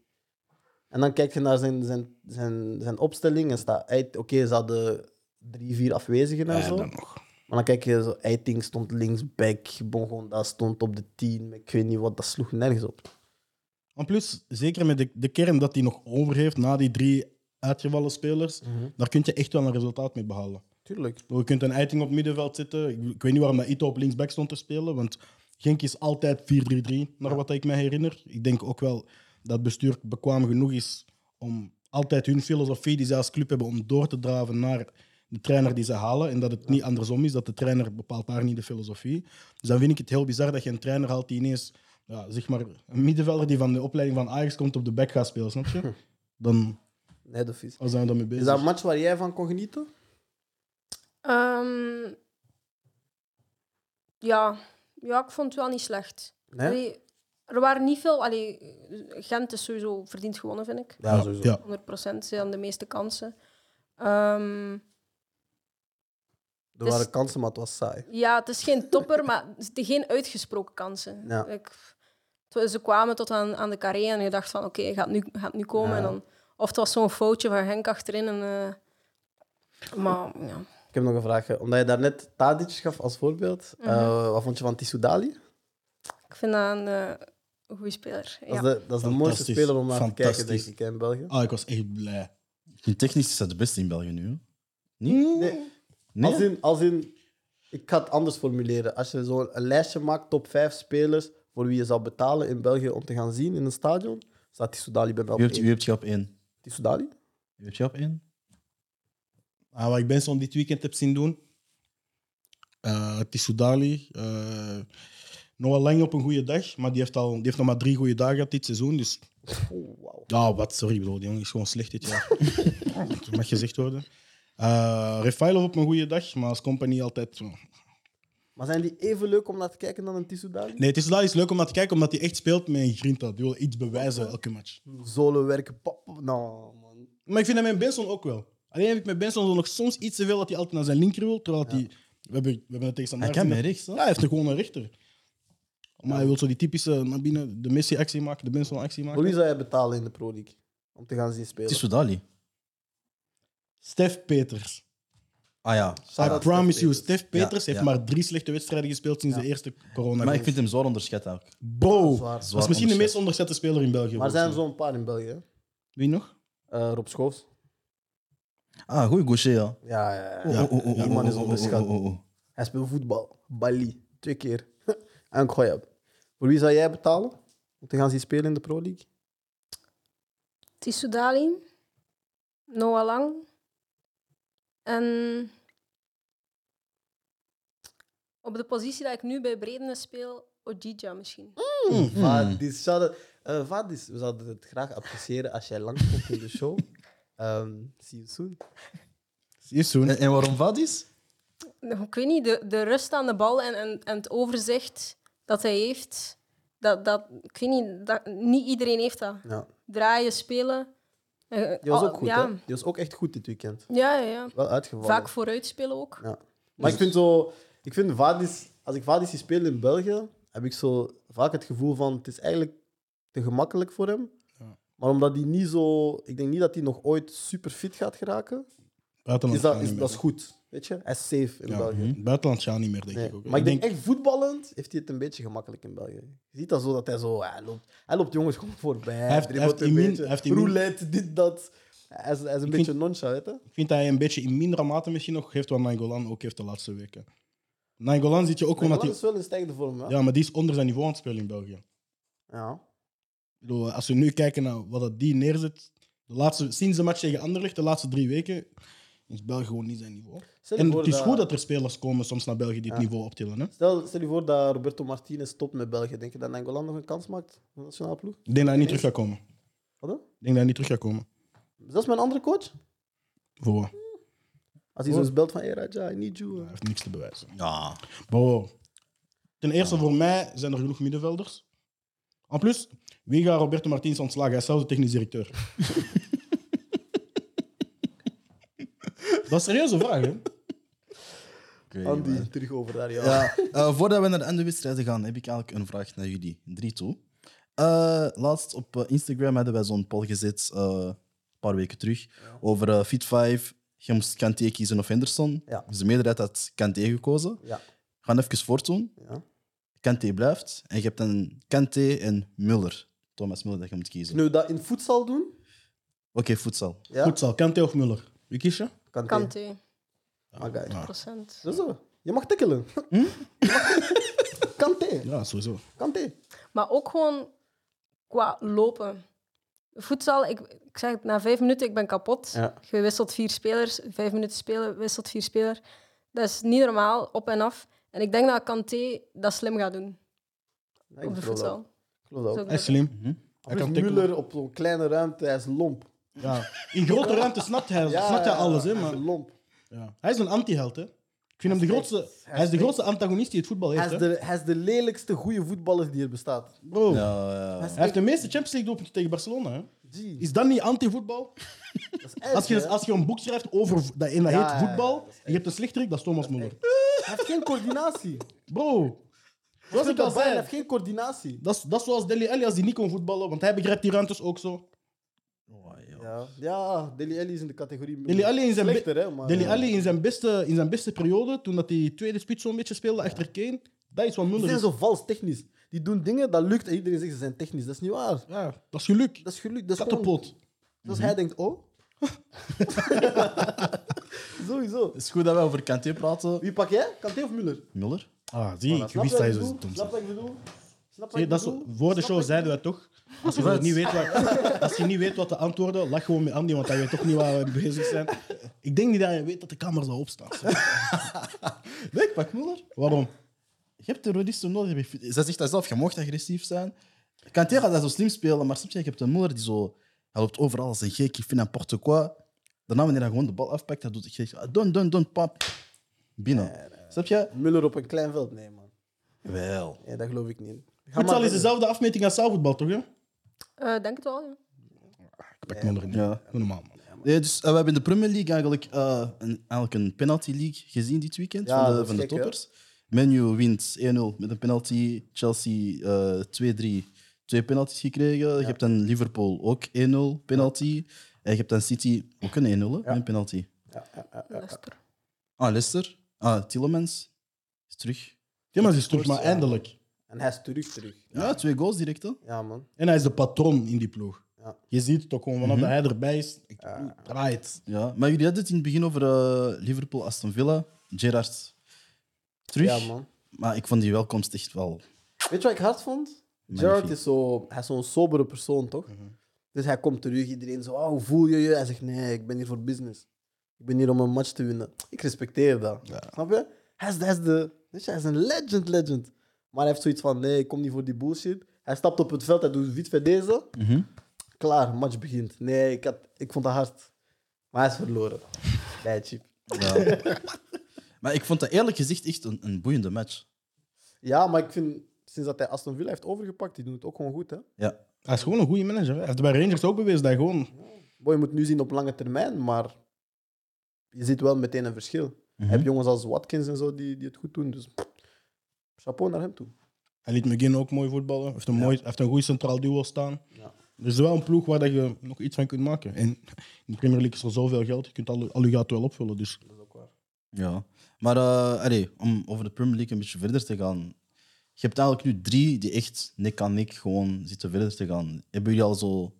En dan kijk je naar zijn, zijn, zijn, zijn opstelling en staat hij, oké, ze hadden drie, vier afwezigen en zo. Maar dan kijk je zo, Eiting stond linksback, Bongonda stond op de tien. maar Ik weet niet wat, dat sloeg nergens op.
En plus, zeker met de, de kern dat hij nog over heeft na die drie uitgevallen spelers, daar kun je echt wel een resultaat mee behalen.
Tuurlijk.
Je kunt een eiting op middenveld zitten. Ik, ik weet niet waarom dat Ito op linksback stond te spelen, want Genk is altijd 4-3-3, naar wat ik me herinner. Ik denk ook wel dat het bestuur bekwaam genoeg is om altijd hun filosofie die ze als club hebben om door te draven naar de trainer die ze halen en dat het niet andersom is, dat de trainer bepaalt daar niet de filosofie. Dus dan vind ik het heel bizar dat je een trainer haalt die ineens, ja, zeg maar, een middenvelder die van de opleiding van Ajax komt op de back gaat spelen, snap je? Dan
Nee, dat is.
waar zijn we daarmee bezig.
Is dat een match waar jij van kon genieten?
Ehm, ja. ja, ik vond het wel niet slecht.
Nee?
Allee, er waren niet veel... Allee, Gent is sowieso verdiend gewonnen, vind ik.
Ja, sowieso.
Ja.
100% ze hadden de meeste kansen. Ehm,
Er
Dus-
waren kansen, maar het was saai.
ja, het is geen topper, maar het zijn geen uitgesproken kansen.
Ja.
Ik, t- ze kwamen tot aan, aan de carré en je dacht van oké, gaat, nu, gaat nu komen.
Ja.
En dan, of het was zo'n foutje van Henk achterin. En, eh, maar ja.
Ik heb nog een vraag. hè. Omdat je daarnet Tadic gaf als voorbeeld. eh, wat vond je van Tissoudali?
Ik vind dat een eh, goede speler.
Dat is,
Ja.
de, dat is de mooiste
Fantastisch.
speler om naar te kijken, denk
Fantastisch.
ik, hè, in België.
Ah, ik was echt blij.
Technisch is dat de beste in België nu. Hè?
Nee,
Nee?
Als, in, als in... Ik ga het anders formuleren. Als je zo'n een lijstje maakt, top 5 spelers, voor wie je zou betalen in België om te gaan zien in een stadion, staat Tissoudali bij mij op
Wie hebt, wie
één.
hebt je op één?
Tissoudali?
Wie hebt je op één?
Ah, wat ik Benson dit weekend heb zien doen. Eh Tissoudali. eh Noah Lang op een goede dag, maar die heeft, al, die heeft nog maar drie goede dagen gehad dit seizoen. Dus
Oh, wauw.
ja, wat, sorry bro, die jongen is gewoon slecht dit jaar. Dat mag gezegd worden. Eh Refailov op een goede dag, maar als compagnie altijd... zo.
Maar Maar zijn die even leuk om naar te kijken dan een Tissoudali?
Nee, het is wel iets leuk om naar te kijken, omdat hij echt speelt met een grinta. Die wil iets bewijzen elke match.
Zolen werken, pap. pap. Nou, man.
Maar ik vind dat met Benson ook wel. Alleen heb ik met Benson zo nog soms iets te veel dat hij altijd naar zijn linker wil, terwijl dat hij... We hebben, we hebben het tegen
Hij
Standaard
kan
gezien.
met rechts. hè?
Ja, hij heeft gewoon een rechter. Maar hij wil zo die typische naar binnen, de Messi-actie maken, de Benson-actie maken.
Voor wie zou jij betalen in de Pro League? Om te gaan zien spelen.
Het is Soudali.
Stef Peters.
Ah ja.
Shout
I
out
promise
Stef
you,
Peters.
Stef Peters
Ja,
heeft
ja.
maar drie slechte wedstrijden gespeeld sinds de eerste corona.
Maar ik vind hem zwaar onderschat ook.
Bro,
Zwaar.
dat is misschien de
onderschat.
meest onderschatte speler in België.
Maar er
volgens
zijn er
mij.
zo'n paar in België. hè?
Wie nog?
Eh, Rob Schoofs.
Ah, goeie gaucher, ja.
Ja, ja, ja.
Oh, oh, oh,
Die
oh,
man
oh,
is
oh, oh,
onderschat.
oh, oh, oh.
Hij speelt voetbal. Bali. Twee keer. en Goyab. Voor wie zou jij betalen? Om te gaan zien spelen in de Pro League?
Tissou Dali, Noah Lang en op de positie dat ik nu bij Bredene speel, Ojija misschien.
Hmm. Vadis. shout-out. Eh, Vadis, we zouden het graag appreciëren als jij langskomt in de show. Ehm, see you soon.
Is zo'n.
En, en waarom Vadis?
Hm? Ik weet niet, de, de rust aan de bal en, en, en het overzicht dat hij heeft, dat, dat, ik weet niet, dat, niet iedereen heeft dat.
Ja.
Draaien, spelen. eh,
Die was
al-
ook goed,
ja.
hè? Die was ook echt goed dit weekend.
Ja, ja, ja.
Wel uitgevallen.
Vaak vooruit spelen ook.
Ja. Maar ik vind zo... Ik vind Vadis... Als ik Vadis zie spelen in België, heb ik zo vaak het gevoel van... Het is eigenlijk te gemakkelijk voor hem.
Ja.
Maar omdat hij niet zo... Ik denk niet dat hij nog ooit super fit gaat geraken.
Buitenland
Is dat,
gaat niet
is,
meer.
dat is goed. Weet je? Hij is safe in
Ja. Mhm.
België.
Buitenland gaat niet meer, denk
Nee,
ik ook.
Maar ik denk, echt voetballend heeft hij het een beetje gemakkelijk in België. Je ziet dat zo dat hij zo hij loopt. Hij loopt jongens gewoon voorbij. Hij
heeft-
dribbelt
hij
een
heeft immuun-
beetje,
hij heeft immuun.
roulette, dit, dat. Hij is, hij is een beetje
vind-
nonchalant. Hè?
Ik vind dat hij een beetje in mindere mate misschien nog heeft wat Nangolan ook heeft de laatste weken. Nangolan zit je ook omdat
Nederland
hij...
is wel in stijgende vorm. Hè?
Ja, maar die is onder zijn niveau aan het spelen in België. Ik
Ja.
bedoel, als we nu kijken naar wat dat die neerzet, de laatste, sinds de match tegen Anderlecht, de laatste drie weken, is België gewoon niet zijn niveau.
Stel, je
En
voor
het is goed dat er spelers komen soms naar België die het niveau optillen. Hè?
stel, stel je voor dat Roberto Martinez stopt met België. Denk je dat Nangolan nog een kans maakt voor de nationale ploeg?
Ik denk dat hij niet terug gaat komen. Ik
Wat dan?
denk dat hij niet terug gaat komen.
Zelfs mijn andere coach?
Voor wat?
Als hij zo eens belt van hey Raja, I need you.
Hij heeft niks te bewijzen.
Ja.
Bro. Ten eerste, voor mij zijn er genoeg middenvelders. En plus, wie gaat Roberto Martins ontslagen? Hij is zelf de technisch directeur. dat is een serieuze vraag, hè?
Andy, terug over daar. Ja.
Ja, eh, voordat we naar de andere wedstrijden gaan, heb ik eigenlijk een vraag naar jullie. Drie toe. Eh, laatst op eh, Instagram hadden wij zo'n poll gezet, eh, een paar weken terug, over eh, Fit 5. Je moest Kanté kiezen of Henderson.
Ja.
Dus de meerderheid had Kanté gekozen.
Ja.
We gaan even voortdoen.
Ja.
Kanté blijft. En je hebt dan Kanté en Muller. Thomas Muller, dat je moet kiezen.
Nu dat in voetbal doen?
Oké, voedsel.
Ja.
Goed zal, Kante of Muller? Wie kies je?
Kan
Kan
het.
twee
Maar guy.
procent.
Ah, Dat is zo. Je mag tikkelen.
Hm?
Kanté.
Ja, sowieso.
Kanté.
Maar ook gewoon qua lopen. Voedsel, ik, ik zeg het, na vijf minuten, ik ben kapot.
Ja.
Je wisselt vier spelers, vijf minuten spelen, wisselt vier spelers. Dat is niet normaal, op en af. En ik denk dat Kanté dat slim gaat doen
Ja, ik
op de
geloof dat.
voedsel.
Ik geloof dat
Zo-
ook.
Hij is slim. Hij
Plus
kan tikken.
Müller op zo'n kleine ruimte, hij is lomp.
Ja. In grote ruimte snapt hij, snapt hij alles, hè?
Hij
Maar,
is lomp.
ja. Hij is een anti-held, hè? Ik vind hem de grootste, hij is de grootste antagonist die het voetbal
Hij
heeft.
is,
Hè?
de, hij is de lelijkste goede voetballer die er bestaat.
Bro.
Ja,
Hij heeft de meeste Champions League doelpunten tegen Barcelona. Hè?
Gee,
Is dat niet anti-voetbal?
dat is erg,
Als je,
hè?
als je een boek schrijft over v- dat, en dat
Ja,
heet
ja,
voetbal,
ja, dat is
en je hebt een slechterik, dat is Thomas Muller.
Hij heeft geen coördinatie.
Bro, zoals
Zoals
ik
ik
al
dat bij, hij
zei,
heeft geen coördinatie.
dat is, dat is zoals Deli Alli als die niet kon voetballen, want hij begrijpt die ruimtes ook zo.
Ja, ja Deli Alli is in de categorie Müller.
Deli Alli in zijn, be-
Slechter, hè, maar...
Dele Alli in zijn, beste, in zijn beste periode, toen dat die tweede spits zo'n beetje speelde achter Kane, dat is wat
Die
Muller
zijn
is.
zo vals technisch. Die doen dingen, dat lukt en iedereen zegt ze zijn technisch. Dat is niet waar.
Ja, dat is geluk.
Dat is gelukt. Dat is gewoon-
Katapult. Mhm.
Dus hij denkt, oh. Sowieso.
Het is goed dat wij over Kanté praten.
Wie pak jij? Kanté of Müller?
Muller?
Ah, zie,
Voilà,
ik wist
wat ik
dat je zo
bedoel?
dom
Snap
bent.
wat ik bedoel? Snap wat
Zie,
ik
dat is,
bedoel?
voor de
Snap
show
wat ik
zeiden we toch. Als je, zo niet weet wat, als je niet weet wat de antwoorden, lach gewoon met Andy, want hij weet toch niet waar we bezig zijn. Ik denk niet dat hij weet dat de camera zal opstaan.
Nee, ik pak Muller.
Waarom?
Je hebt terroristen nodig. Zij zegt dat zelf, je mocht agressief zijn. Kanté gaat dat zo slim spelen, maar soms heb je hebt een Muller die zo... Hij loopt overal als een gek, ik vind n'importe "Ah, quoi. Daarna wanneer hij gewoon de bal afpakt, hij doet... hij zegt, Don, don, don, pap. Binnen. Snap je?
Muller op een klein veld? Nee, man.
Wel.
Ja, dat geloof ik niet. Ga maar
Voedsel is
verder.
dezelfde afmeting als zaalvoetbal, toch? Hè?
Eh, denk het wel, ja.
Ik pak Muller in.
Ja.
Doe normaal, man.
Nee, dus, eh, we hebben in de Premier League eigenlijk, eh, een, eigenlijk een penalty league gezien dit weekend
Ja,
van
dat
de,
is
van de
gek, hè?
toppers. Menu wint 1-0 met een penalty. Chelsea eh, 2-3, twee penalties gekregen. Je hebt dan Liverpool ook 1-0 penalty. En je hebt dan City ook een 1-0 hè, met een penalty.
Leicester.
Ah, Leicester. Ah, Tillemans is terug.
Timmermans is terug,
Kort,
maar
ja.
eindelijk.
En hij is terug, terug.
Ja, twee goals direct. Hè.
Ja, man.
En hij is de patroon in die ploeg.
Ja.
Je ziet het ook gewoon, vanaf
Mhm.
dat hij erbij is, ik draait.
Ja. Maar jullie hadden het in het begin over Liverpool-Aston Villa. Gerrard terug.
Ja, man.
maar ik vond die welkomst echt wel...
Weet je wat ik hard vond?
Magnifiek.
Gerard is zo- hij is zo'n sobere persoon, toch? Dus hij komt terug, iedereen zo, oh, hoe voel je je? Hij zegt, nee, ik ben hier voor business. Ik ben hier om een match te winnen. Ik respecteer dat. Snap je? Hij is, hij is de, weet je, hij is een legend, legend. Maar hij heeft zoiets van, nee, ik kom niet voor die bullshit. Hij stapt op het veld, hij doet wit van deze.
Mhm.
Klaar, match begint. Nee, ik, had, ik vond dat hard. Maar hij is verloren. Nee, chip.
Ja. maar ik vond dat eerlijk gezegd echt een, een boeiende match.
Ja, maar ik vind, sinds dat hij Aston Villa heeft overgepakt, die doet het ook gewoon goed, hè?
Ja.
Hij is gewoon een goede manager. hè. Hij heeft bij Rangers ook bewezen dat hij gewoon...
Boy, je moet nu zien op lange termijn, maar je ziet wel meteen een verschil.
Mhm.
Je hebt jongens als Watkins en zo die, die het goed doen. Dus pff, chapeau naar hem toe.
Hij liet McGinn ook mooi voetballen. Hij heeft een, mooi, hij heeft een goede centraal duo staan.
Ja.
Er is wel een ploeg waar dat je nog iets van kunt maken. En in de Premier League is er zoveel geld, je kunt alle, alle gaten wel opvullen. Dus
ja. Maar eh, allee, om over de Premier League een beetje verder te gaan. Je hebt eigenlijk nu drie die echt nek aan nek gewoon zitten verder te gaan. Hebben jullie al zo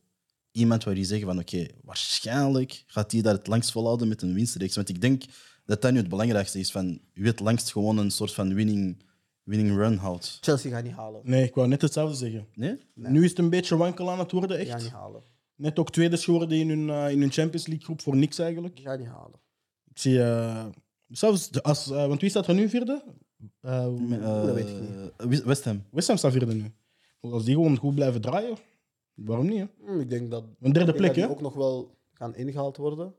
iemand waar jullie zeggen van oké, waarschijnlijk gaat die daar het langst volhouden met een winstreeks? Want ik denk dat dat nu het belangrijkste is van wie het langst gewoon een soort van winning, winning run houdt.
Chelsea gaat niet halen.
nee, ik wou net hetzelfde zeggen.
Nee?
Nu is het een beetje wankel aan het worden,
Die gaat
echt.
niet halen.
Net ook tweede is geworden in hun, eh, in hun Champions League groep voor niks eigenlijk.
Die gaat niet halen.
Ik zie... eh, zelfs de- als, eh, want wie staat er nu vierde? Eh,
Eh,
dat weet ik
West Ham.
West Ham staat vierde nu. Als die gewoon goed blijven draaien, waarom niet? Hè?
Hm, ik denk dat, ik
Een derde
denk
plek,
dat die
hè?
ook nog wel gaan ingehaald worden.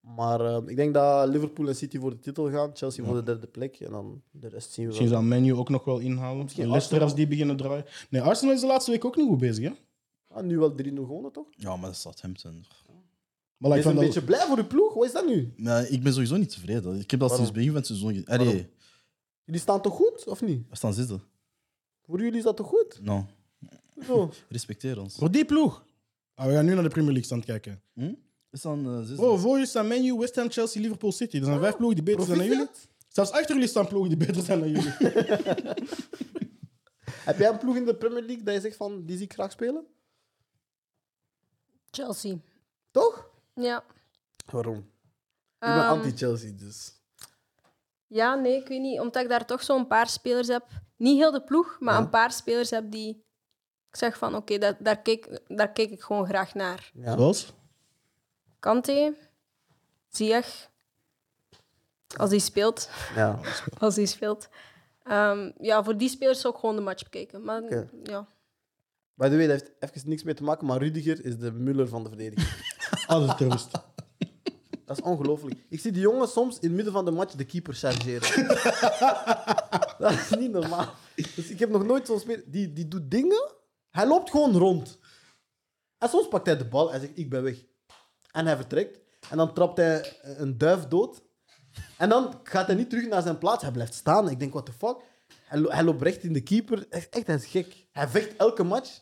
Maar eh, ik denk dat Liverpool en City voor de titel gaan, Chelsea voor de derde plek. En dan de rest zien we wel.
Misschien zal Menu ook nog wel inhalen.
Misschien
Leicester
Arsenal.
als die beginnen draaien. Nee, Arsenal is de laatste week ook niet goed bezig, hè?
Ah, nu wel 3-0 gewonnen, toch?
Ja, maar dat is Southampton.
Maar
Je
ik
is
vond
een
dat-
beetje blij voor de ploeg. Wat is dat nu?
Maar ik ben sowieso niet tevreden. Ik heb dat sinds
Waarom?
het begin van het seizoen. ge- Allee,
Waarom? Jullie staan toch goed, of niet?
we staan zitten.
Voor jullie is dat toch goed?
Nou,
Zo.
respecteer ons.
Voor die ploeg. Ah, we gaan nu naar de Premier League stand kijken.
Hm? We staan eh, zesde.
Oh, voor jullie staan Man U, West Ham, Chelsea, Liverpool City. Er zijn
Ah,
vijf ploegen die beter zijn dan jullie.
Proficiat.
Zelfs achter jullie staan ploegen die beter zijn dan jullie.
Heb jij een ploeg in de Premier League dat je zegt van, die zie ik graag spelen?
Chelsea.
Toch?
Ja.
Waarom? Ik ben
Ehm,
anti-Chelsea, dus.
Ja, nee, ik weet niet. Omdat ik daar toch zo'n paar spelers heb. Niet heel de ploeg, maar een paar spelers heb die... Ik zeg van, oké, dat- daar, keek, daar keek ik gewoon graag naar.
Ja.
Zoals?
Kante, Ziyech. Als die speelt.
Ja.
Als die speelt. Ehm, ja, voor die spelers zou ik gewoon de match bekijken. Maar
Oké.
ja.
By the way, dat heeft even niks mee te maken, maar Rudiger is de Muller van de verdediging. Ah,
Altijd terrorist.
Dat is ongelooflijk. Ik zie die jongen soms in het midden van de match de keeper chargeren. dat is niet normaal. Dus ik heb nog nooit zo'n speler... Die, die doet dingen, hij loopt gewoon rond. En soms pakt hij de bal en zegt, ik ben weg. En hij vertrekt. En dan trapt hij eh, een duif dood. En dan gaat hij niet terug naar zijn plaats. Hij blijft staan. Ik denk, what the fuck? Hij, lo- hij loopt recht in de keeper. Echt, echt, hij is gek. Hij vecht elke match.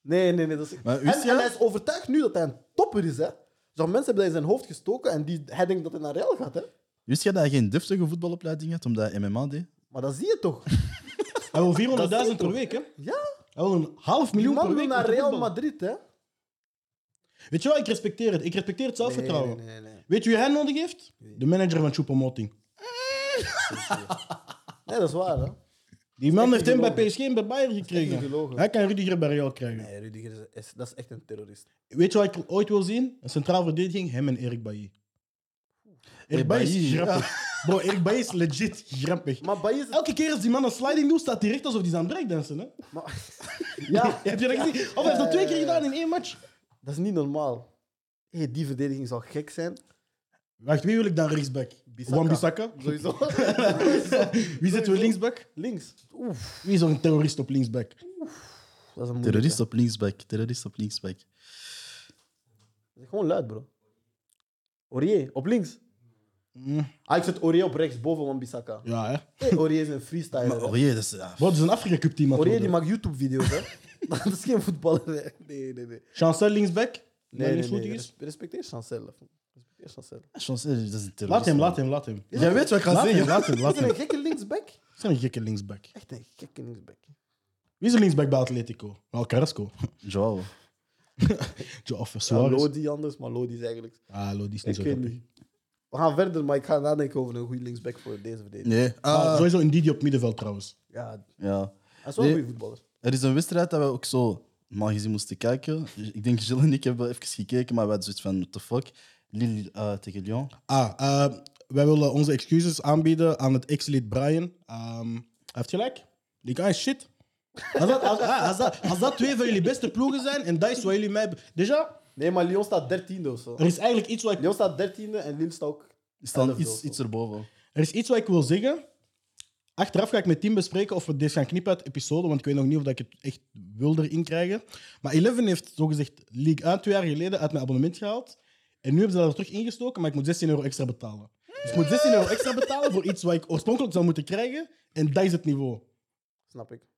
Nee, nee, nee. Dat is...
Maar
en,
wist je-
en hij is overtuigd nu dat hij een topper is, hè. Zo'n mensen hebben dat in zijn hoofd gestoken en die, hij denkt dat hij naar Real gaat, hè.
Wist jij dat hij geen deftige voetbalopleiding had omdat hij MMA deed?
Maar dat zie je toch?
Hij wil 400.000 per week, hè?
Ja.
Hij wil een half
Die
miljoen
man
per
wil
week. om
naar
te
Real
voetballen.
Madrid, hè.
Weet je wat? Ik respecteer het. Ik respecteer het zelfvertrouwen.
Nee, nee, nee.
Weet je wie hij nodig heeft? De manager van Choupo-Moting.
Nee, dat is waar, hè.
Die man
echt
heeft
niet
hem
gelogen.
bij PSG en bij Bayern
niet
gekregen.
gelogen.
Hij kan Rudiger bij Real krijgen.
Nee, Rudiger is, is- dat is echt een terrorist.
Weet je wat ik ooit wil zien? Een centraal verdediging, hem en Erik Bailly. Erik Bailly is
Bailly, ja.
grappig. Bro, Erik Bailly is legit grappig.
Maar Bailly is...
Elke keer als die man een sliding doet, staat hij recht alsof hij aan het breakdansen. Hè?
Maar, ja,
Heb je dat gezien? Of hij heeft dat twee keer gedaan in één match.
dat is niet normaal. Hey, die verdediging zal gek zijn.
Wacht, wie wil ik dan rechtsback?
Bissaka.
Wan Bissaka.
Sowieso.
Wie zitten we linksback?
Links. Oef.
Wie is er een terrorist op linksback?
Dat is een moeilijke.
Terrorist op linksback, terrorist op linksback.
Zeg Gewoon luid, bro. Aurier, op links.
Mm,
Ah, ik zet Aurier op rechts, boven Wan Bissaka.
Ja, hè.
Hey, Aurier is een
Maar
freestyler.
oh
hè.
jee, dat is... ja, f-
Wat is een Afrika Cup team? aan het
Aurier die
worden?
maakt YouTube-video's, hè. Dat is geen voetballer, hè. Nee, nee, nee.
Chancel linksback?
Nee, nee, nee.
linksvoetig is?
Res- Respecteer Chancel. hè. Respecteer Chancel.
Chance, eh, dat is een terrorist.
Laat hem,
man.
laat hem, laat hem.
Jij weet wat ik ga
Laat hem,
zeggen.
laat hem, laat
Is er
hem.
een gekke linksback?
Ze zijn een gekke linksback.
Echt een gekke linksback.
Wie is er linksback bij Atletico? Wel, Carrasco.
Joao.
Joao
Ja,
Suarez.
Lodi anders, maar Lodi is eigenlijk...
Ah, Lodi is niet
Ik
zo
weet
grappig.
niet. We gaan verder, maar ik ga nadenken over een goede linksback voor deze verdediging.
Nee.
Ah,
Ah,
sowieso Ndidi op middenveld trouwens.
Ja,
ja.
hij is wel een
Nee.
goede voetballer.
Er is een wedstrijd dat we ook zo normaal gezien moesten kijken. Ik denk, Gilles en ik hebben even gekeken, maar we hadden zoiets van, what the fuck. Lille eh, tegen Lyon.
Ah, eh, wij willen onze excuses aanbieden aan het ex-lid Brian. Ehm, hij heeft gelijk. Die guy is shit. Als dat, als, ah, als dat, als dat twee van jullie beste ploegen zijn en dat is wat jullie mij... hebben- Déjà,
Nee, maar Lyon staat dertiende of zo.
er is eigenlijk iets wat ik,
Lyon staat dertiende en Lille staat ook...
Is dan
Elf
iets,
doelpunten.
iets erboven.
er is iets wat ik wil zeggen. Achteraf ga ik met team bespreken of we deze gaan knippen uit episode, want ik weet nog niet of ik het echt wil erin krijgen. Maar Eleven heeft zogezegd League 1 twee jaar geleden uit mijn abonnement gehaald. En nu hebben ze dat er terug ingestoken, maar ik moet 16 euro extra betalen. Dus ik moet 16 euro extra betalen voor iets wat ik oorspronkelijk zou moeten krijgen. En dat is het niveau.
Snap ik.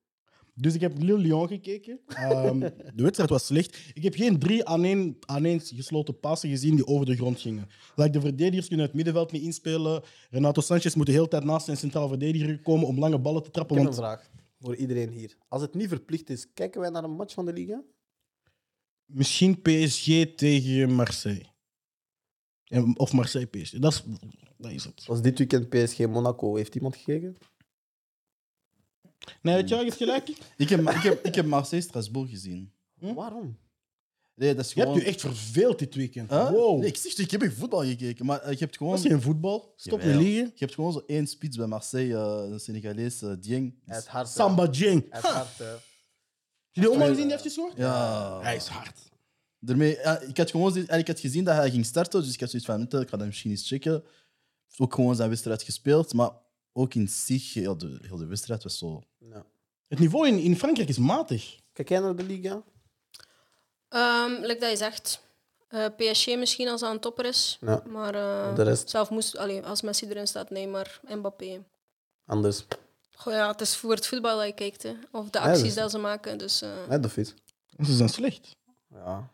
Dus ik heb Lille Lyon gekeken. Ehm, de wedstrijd was slecht. Ik heb geen drie aan één, aan één gesloten passen gezien die over de grond gingen. Like, de verdedigers kunnen het middenveld niet inspelen. Renato Sanchez moet de hele tijd naast zijn centrale verdediger komen om lange ballen te
Ik
trappen.
heb een
Want
vraag voor iedereen hier. Als het niet verplicht is, kijken wij naar een match van de Liga?
misschien PSG tegen Marseille. En- Of Marseille PSG. Dat is, dat is het.
Was dit weekend PSG Monaco? Heeft iemand gekeken?
Nee, weet je wel, je hebt gelijk.
Ik heb, ik heb, ik heb Marseille-Strasbourg gezien.
Hm?
Waarom?
Nee, dat is
Je hebt
gewoon...
je echt verveeld dit weekend.
Huh?
Wow.
Nee, ik zeg je, ik heb in voetbal gekeken, maar eh, je hebt gewoon...
Dat is geen voetbal. Stop met
Jawel.
liegen.
Je hebt gewoon zo één spits bij Marseille, eh, een Senegalees, eh, Dieng.
Hij is hard. hè.
Samba Jeng.
Hij
Heb
is hard. hè.
je die oma gezien die heeft gescoord?
Ja.
Hij is hard.
Daarmee, ja, ik, had gewoon, zoiets- en ik had gezien dat hij ging starten, dus ik had zoiets van, "Weet je, ik ga dat misschien eens checken. Hij heeft ook gewoon zijn wedstrijd gespeeld, maar ook in zich, heel de, heel de wedstrijd was zo...
Ja.
Het niveau in, in Frankrijk is matig.
Kijk jij naar de Liga?
Ehm like dat je zegt, eh, PSG misschien als hij een topper is.
Ja.
Maar eh,
De rest
zelf moest, allee, als Messi erin staat, nee, maar Mbappé.
anders.
Goh, ja, het is voor het voetbal dat je kijkt. Hè. Of de
dat
acties
is-
dat ze maken. Dus, eh,
Net of iets.
Ze zijn slecht.
Ja.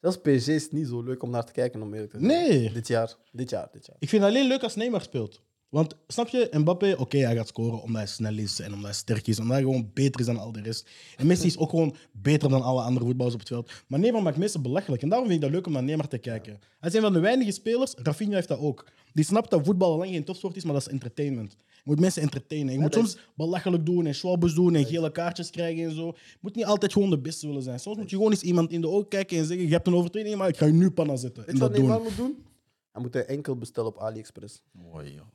Zelfs PSG is niet zo leuk om naar te kijken, om eerlijk te zijn.
Nee.
Dit jaar. Dit jaar. Dit jaar.
Ik vind het alleen leuk als Neymar speelt. Want snap je, Mbappé, oké, hij gaat scoren omdat hij snel is en omdat hij sterk is. Omdat hij gewoon beter is dan al de rest. En Messi is ook gewoon beter dan alle andere voetballers op het veld. Maar Neymar maakt mensen belachelijk. En daarom vind ik dat leuk om naar Neymar te kijken. Hij is een van de weinige spelers, Rafinha heeft dat ook. Die snapt dat voetbal al lang geen topsport is, maar dat is entertainment. Je moet mensen entertainen. Je moet
dat
soms belachelijk doen en schwabbes doen en gele kaartjes krijgen en zo. Je moet niet altijd gewoon de beste willen zijn. Soms moet je gewoon eens iemand in de ogen kijken en zeggen: Je hebt een overtreding, maar ik ga je nu panna zetten.
Weet
En
je wat
dat doen.
Neymar moet doen? Hij moet een enkel bestellen op AliExpress.
Mooi, joh.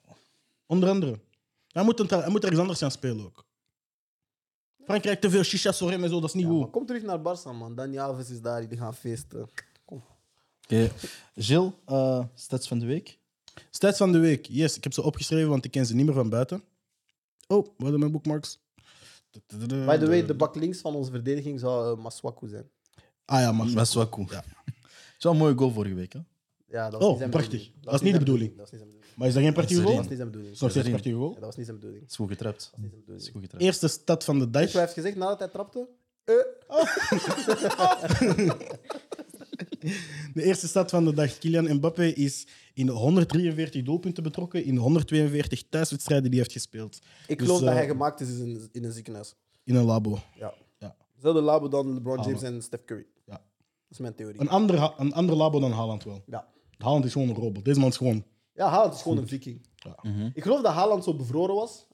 Onder andere. Hij moet, een tra- hij moet ergens anders gaan spelen ook. Frankrijk te veel shisha, sorem en zo, dat is niet
Ja, maar
goed.
kom terug naar Barça, man. Dani Alves is daar, die gaan feesten. Kom.
Oké, Gilles, eh stats van de week.
Stats van de week. Yes, ik heb ze opgeschreven, want ik ken ze niet meer van buiten. Oh, wat zijn mijn bookmarks?
By the way, de bak links van onze verdediging zou eh, Masuaku zijn.
Ah ja, maar.
Maswaku. Ja. Het is wel een mooie goal vorige week, hè?
Ja, dat
Oh,
was niet zijn
prachtig.
bedoeling.
Dat is niet de bedoeling.
Dat was niet zijn bedoeling.
Maar is dat geen partij
Dat
goal?
was
Is
niet zijn bedoeling.
het nog steeds een partij
Ja,
goal?
dat was niet zijn bedoeling.
Het is goed getrapt.
Dat was niet zijn
Het is
bedoeling.
goed getrapt.
Eerste stad van de
Weet je wat hij
dag.
heeft gezegd nadat hij trapte?
De eerste stad van de dag. Kylian Mbappé is in 143 doelpunten betrokken in 142 thuiswedstrijden die hij heeft gespeeld.
Ik
Dus,
geloof dat
eh,
hij gemaakt is in een, in een ziekenhuis.
In een labo.
Ja.
Ja.
Zelfde labo dan LeBron
Ah,
James
maar-
en Steph Curry.
Ja.
Dat is mijn theorie.
Een ander, ha- een ander labo dan Haaland wel.
Ja.
Haaland is gewoon een robot. Deze man is gewoon
Ja, Haaland is gewoon een viking.
Ja.
Ik geloof dat Haaland zo bevroren was.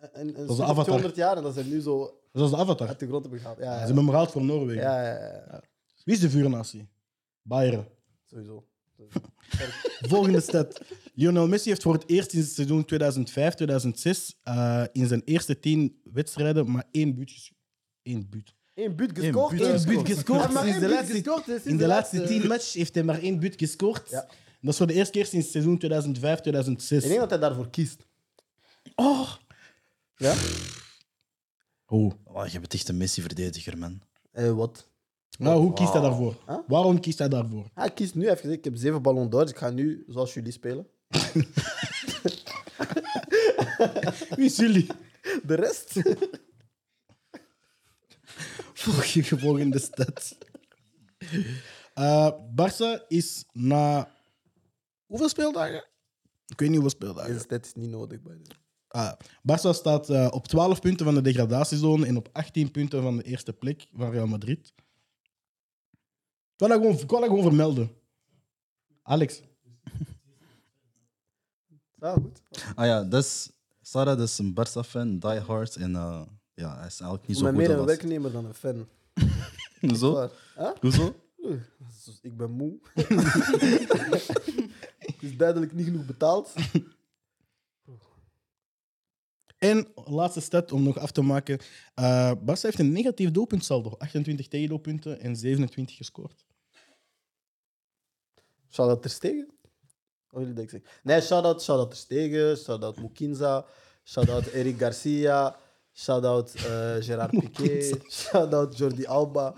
eh, Een, een
een
stuk of
avatar.
200 jaar en dat ze hem nu zo
Dat is de avatar.
uit de grond hebben gehaald. Ja,
Ze
ja,
hebben hem gehaald voor Noorwegen.
ja, ja, ja, ja.
Wie is de vuurnatie? Bayern.
sowieso.
Volgende stad. Lionel Messi heeft voor het eerst in het seizoen 2005, 2006 eh, in zijn eerste tien wedstrijden maar één buurt ges- Eén buurt.
Eén buurt gescoord.
buurt gescoord.
Eén Hij heeft maar
Sinds
één
de
buurt
laatste-
gescoord, hè, sinds
In de laatste
laatste-
tien matches heeft hij maar één buurt gescoord.
eh, Ja.
Dat is voor de eerste keer sinds seizoen 2005, 2006.
Ik denk dat hij daarvoor kiest.
Oh.
Ja?
Hoe?
Oh, je bent echt een Messi-verdediger, man.
Eh, wat?
Nou, hoe kiest hij daarvoor?
Huh?
Waarom kiest hij daarvoor?
Hij kiest nu, hij heeft gezegd, ik heb zeven ballon d'or, ik ga nu zoals jullie spelen.
Wie is jullie?
De rest?
Volg je volgende stad. Eh, Barça is na hoeveel speeldagen? Ik weet niet hoeveel speeldagen.
Deze tijd is niet nodig. Bij de...
Ah, Barça staat eh, op 12 punten van de degradatiezone en op 18 punten van de eerste plek van Real Madrid. Ik wil dat gewoon, ik wil dat gewoon vermelden. Alex.
Ja, goed.
Ah ja, dat is, Sarah dat is een Barca-fan, die hard. En eh, ja, hij is eigenlijk niet
Ik
zo
ben meer
goed
een
als dat.
werknemer dan een fan.
Hoezo?
Waar? Huh?
Hoezo?
Oeh, dus Ik ben moe. Het is duidelijk niet genoeg betaald.
En laatste stad om nog af te maken. Eh Barça heeft een negatief doelpuntsaldo. 28 tegendoelpunten en 27 gescoord.
Shout-out Ter Stegen? Of jullie dat ik zeg? Nee, shout-out, shout-out Ter Stegen, shout-out Mukinza, shout-out Eric Garcia, shout-out eh, Gerard Piqué, shout-out Jordi Alba.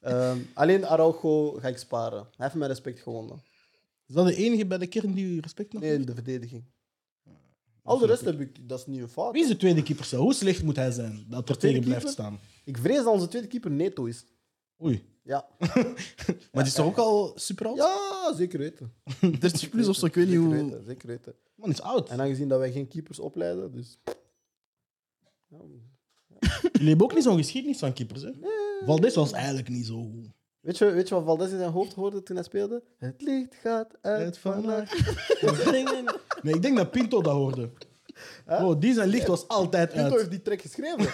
Ehm, alleen Araujo ga ik sparen. Hij heeft mijn respect gewonnen.
Is dat de enige bij de kern die u respect nog
Nee, in de verdediging. Al de rest heb ik, dat is niet een fout.
Wie is de tweede keeper? zo? Hoe slecht moet hij zijn dat er tegen
tweede
blijft
keeper?
staan?
Ik vrees dat onze tweede keeper Neto is.
Oei.
Ja,
Maar die is toch ook al super oud?
ja zeker weten.
30 plus of zo, ik weet niet
Zeker
hoe.
weten, zeker weten.
Man, die is oud.
En aangezien dat wij geen keepers opleiden, dus... Ja,
Jullie hebben ook niet zo'n geschiedenis van keepers, hè? Valdez was eigenlijk niet zo goed.
Weet je, weet je wat Valdez in zijn hoofd hoorde toen hij speelde? Het licht gaat uit vannacht.
Nee, ik denk dat Pinto dat hoorde. Oh, die zijn licht was altijd
Pinto heeft
uit.
die track geschreven.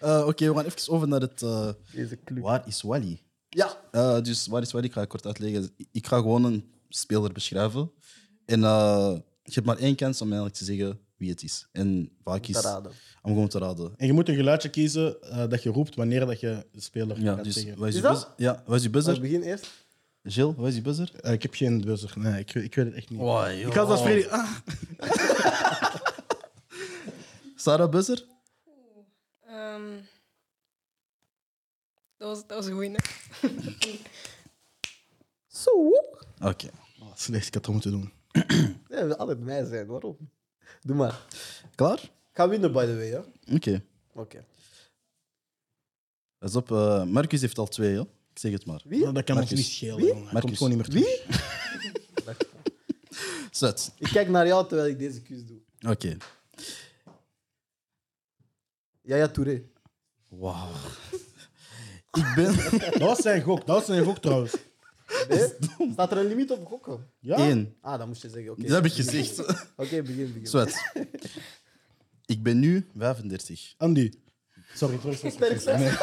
Eh, Oké, we gaan even over naar het. eh,
Deze club.
waar is Wally?
Ja.
Eh, dus waar is Wally? Ik ga het kort uitleggen. Ik ga gewoon een speler beschrijven. En eh, je hebt maar één kans om eigenlijk te zeggen wie het is. En vaak is.
Te raden.
Om gewoon te raden.
En je moet een geluidje kiezen eh, dat je roept wanneer dat je de speler
Ja,
gaat
dus
zeggen.
waar is,
Is
je
dat?
buzzer? Ja, waar is je
Maar ik
buzzer?
begin eerst.
Gilles, waar is je buzzer?
Eh, ik heb geen buzzer. Nee, ik, ik weet het echt niet.
Wow,
ik ga zoals Freddy... Ah,
Sarah buzzer?
Ehm, dat, was, dat was een goeie, hè?
Zo.
Oké.
oh, slecht, ik had het moeten doen.
Nee, dat wil altijd mij zijn, waarom? Doe maar.
Klaar?
Ik ga winnen, by the way. hè. Oké.
Oké. Pas op, eh, Marcus heeft al twee, hè? ik zeg het maar.
Wie?
Maar dat kan
Marcus.
ons niet schelen,
Wie?
jongen. Hij
Marcus.
komt gewoon niet meer
Wie?
terug.
Zet.
Ik kijk naar jou terwijl ik deze kus doe.
Oké.
Yaya Touré.
Wauw. ik ben.
Dat was zijn gok. Dat was zijn gok, trouwens.
Nee? Staat er een limiet op gokken?
Ja?
Eén.
Ah, dat moest je zeggen. Oké,
Dat heb ik
Begin.
gezegd.
Oké, begin, begin.
Zwet. Ik ben nu 35.
Andy. Sorry, terug.
Sterk zes.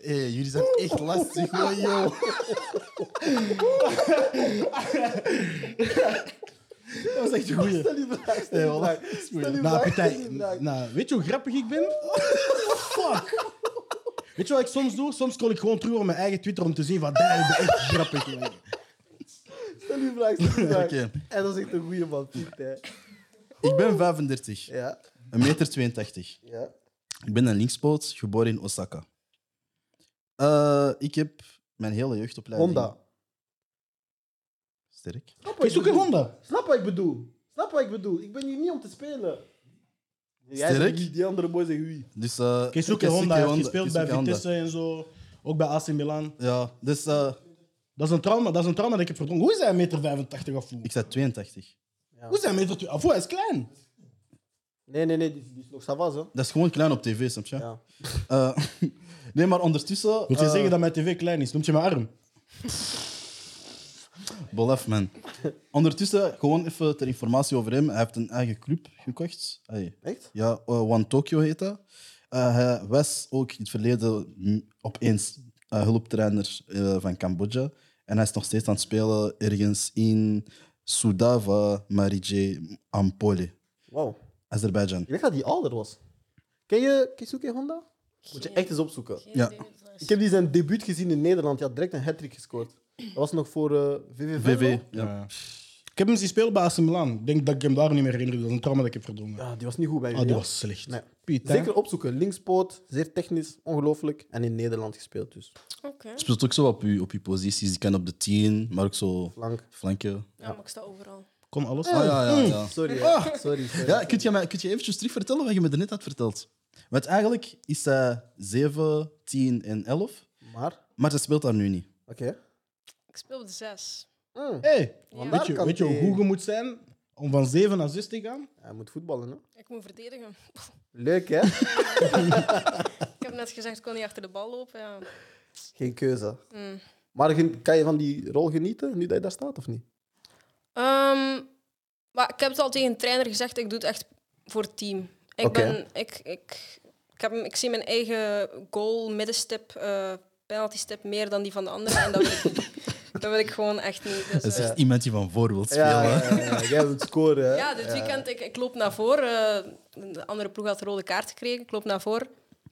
Hé, jullie zijn echt lastig, man, joh.
Dat was echt een goeie.
Stel die vraag, stel die vraag. Stel die
Nou,
vraag, stel
partij,
die vraag.
nou, weet je hoe grappig ik ben? Fuck. Weet je wat ik soms doe? Soms scroll ik gewoon terug op mijn eigen Twitter om te zien van, daar, ik ben echt grappig. jongen."
Stel die vraag, stel die vraag.
Oké.
En dat is echt een goede man, Piet. hè.
Ik ben 35, 1,82
Ja,
meter. 82.
ja.
Ik ben een linkspoot, geboren in Osaka. Eh, ik heb mijn hele jeugdopleiding.
Honda.
Sterk.
Snap wat
Ik
ik
zoek een
bedoel?
Honda.
Snap wat ik bedoel? Snap wat ik bedoel? Ik ben hier niet om te spelen. Jij
Sterk.
zegt wie, die andere boy zegt wie.
Dus, eh
Keisuke
Keisuke
Honda heeft gespeeld bij
Keisuke Honda.
Vitesse en zo. Ook bij AC Milan.
Ja, dus eh,
Dat is een trauma, dat is een trauma dat ik heb verdrongen. Hoe is hij 1,85 meter 85 of hoe?
ik zei 82.
Hoe is hij 1,20 meter 20? Of hoe? Hij is klein.
Nee, nee, nee, die, die is nog savas, hè?
Dat is gewoon klein op tv, snap je?
Ja.
Eh, nee, maar ondertussen.
Moet je
eh,
zeggen dat mijn tv klein is? Noemt je mijn arm?
Bolaf, man. Ondertussen, gewoon even ter informatie over hem. Hij heeft een eigen club gekocht. Allee,
Echt?
Ja, eh, One Tokyo heet dat. Eh, hij was ook in het verleden mm, opeens eh, hulptrainer eh, van Cambodja. En hij is nog steeds aan het spelen ergens in Sudava Marije Ampole,
Wauw.
Azerbeidzjan.
Ik dacht dat die ouder was. Ken je Keisuke Honda? Moet je echt eens opzoeken.
Ja.
Ik heb die zijn debuut gezien in Nederland. Die had direct een hat-trick gescoord. Dat was nog voor eh, VVV.
VV.
wel?
Ja.
Ik heb hem zien spelen bij AC Milan. Ik denk dat ik hem daar niet meer herinner. Dat is een trauma dat ik heb verdrongen.
Ja, die was niet goed bij
Ah,
jullie.
die
hè?
was slecht.
Nee.
Piet, hè?
Zeker opzoeken. Linkspoot, zeer technisch, ongelooflijk. En in Nederland gespeeld dus.
Oké.
Speelt ook zo op je, op je posities. Je kan op de 10, maar ook zo
Flank.
flanken.
Ja, maar ik sta overal.
Kon alles.
Ah, ja, ja, ja.
Sorry, hè. sorry. sorry.
Ja, kun je, mij, kun je eventjes terug vertellen wat je me daarnet had verteld? Want eigenlijk is dat 7, 10 en 11,
Maar,
maar ze speelt daar nu niet.
oké.
Ik speel op de zes.
Mm.
Hey,
Ja.
weet je,
Daar
weet je
kan
hoe
die-
goed je moet zijn om van 7 naar 6 te gaan?
Hij moet voetballen, hè?
Ik moet verdedigen.
Leuk, hè?
Ik heb net gezegd, ik kan niet achter de bal lopen. Ja.
Geen keuze.
Mm.
Maar gen- kan je van die rol genieten nu dat je daar staat, of niet?
Ehm, maar ik heb het al tegen een trainer gezegd, ik doe het echt voor het team. Ik,
Oké.
ben, ik, ik, ik, heb, ik zie mijn eigen goal, middenstip, eh penalty stip meer dan die van de anderen. En dat wil ik, dat wil ik gewoon echt niet. Dus,
Dat is
eh,
echt iemand die van voor wil spelen.
Ja, ja, ja, ja. jij wilt scoren, hè?
ja, dit weekend, ik, ik loop naar voren. eh, de andere ploeg had een rode kaart gekregen. Ik loop naar voren.